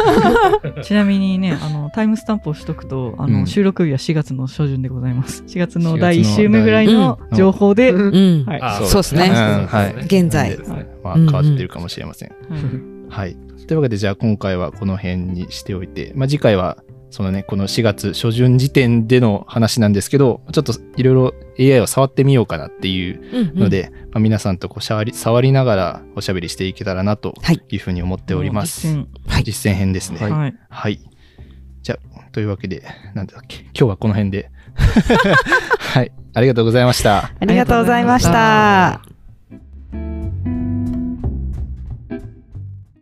[SPEAKER 4] ちなみにね、あの、タイムスタンプをしとくと、あ
[SPEAKER 2] うん
[SPEAKER 4] の、収録日は4月の初旬でございます。4月の
[SPEAKER 2] 4
[SPEAKER 4] 第1週目ぐらいの
[SPEAKER 2] うん
[SPEAKER 4] 情報で、
[SPEAKER 6] う
[SPEAKER 4] は
[SPEAKER 6] ん
[SPEAKER 4] い。
[SPEAKER 3] うん。
[SPEAKER 1] あ
[SPEAKER 2] そう
[SPEAKER 3] ですね
[SPEAKER 2] うんはい
[SPEAKER 3] 現在
[SPEAKER 1] そうですね
[SPEAKER 2] まあ変わってるかもしれません。
[SPEAKER 4] はい
[SPEAKER 2] はい。というわけで、じゃあ今回はこの辺にしておいて、まあ、次回は、そのね、この4月初旬時点での話なんですけど、ちょっといろいろ AI を触ってみようかなっていう
[SPEAKER 3] うん
[SPEAKER 2] の、で、まあ、皆さんとこうしゃわり触りながらおしゃべりしていけたらなと
[SPEAKER 3] はい
[SPEAKER 2] いうふうに思っております。
[SPEAKER 4] もう
[SPEAKER 3] はい
[SPEAKER 2] 実践編ですね。
[SPEAKER 4] 実践はい。
[SPEAKER 2] はい。じゃあ、というわけで、なんだっけ、今日はこ の辺で。はい。ありがとうございました。
[SPEAKER 3] ありがとうございました。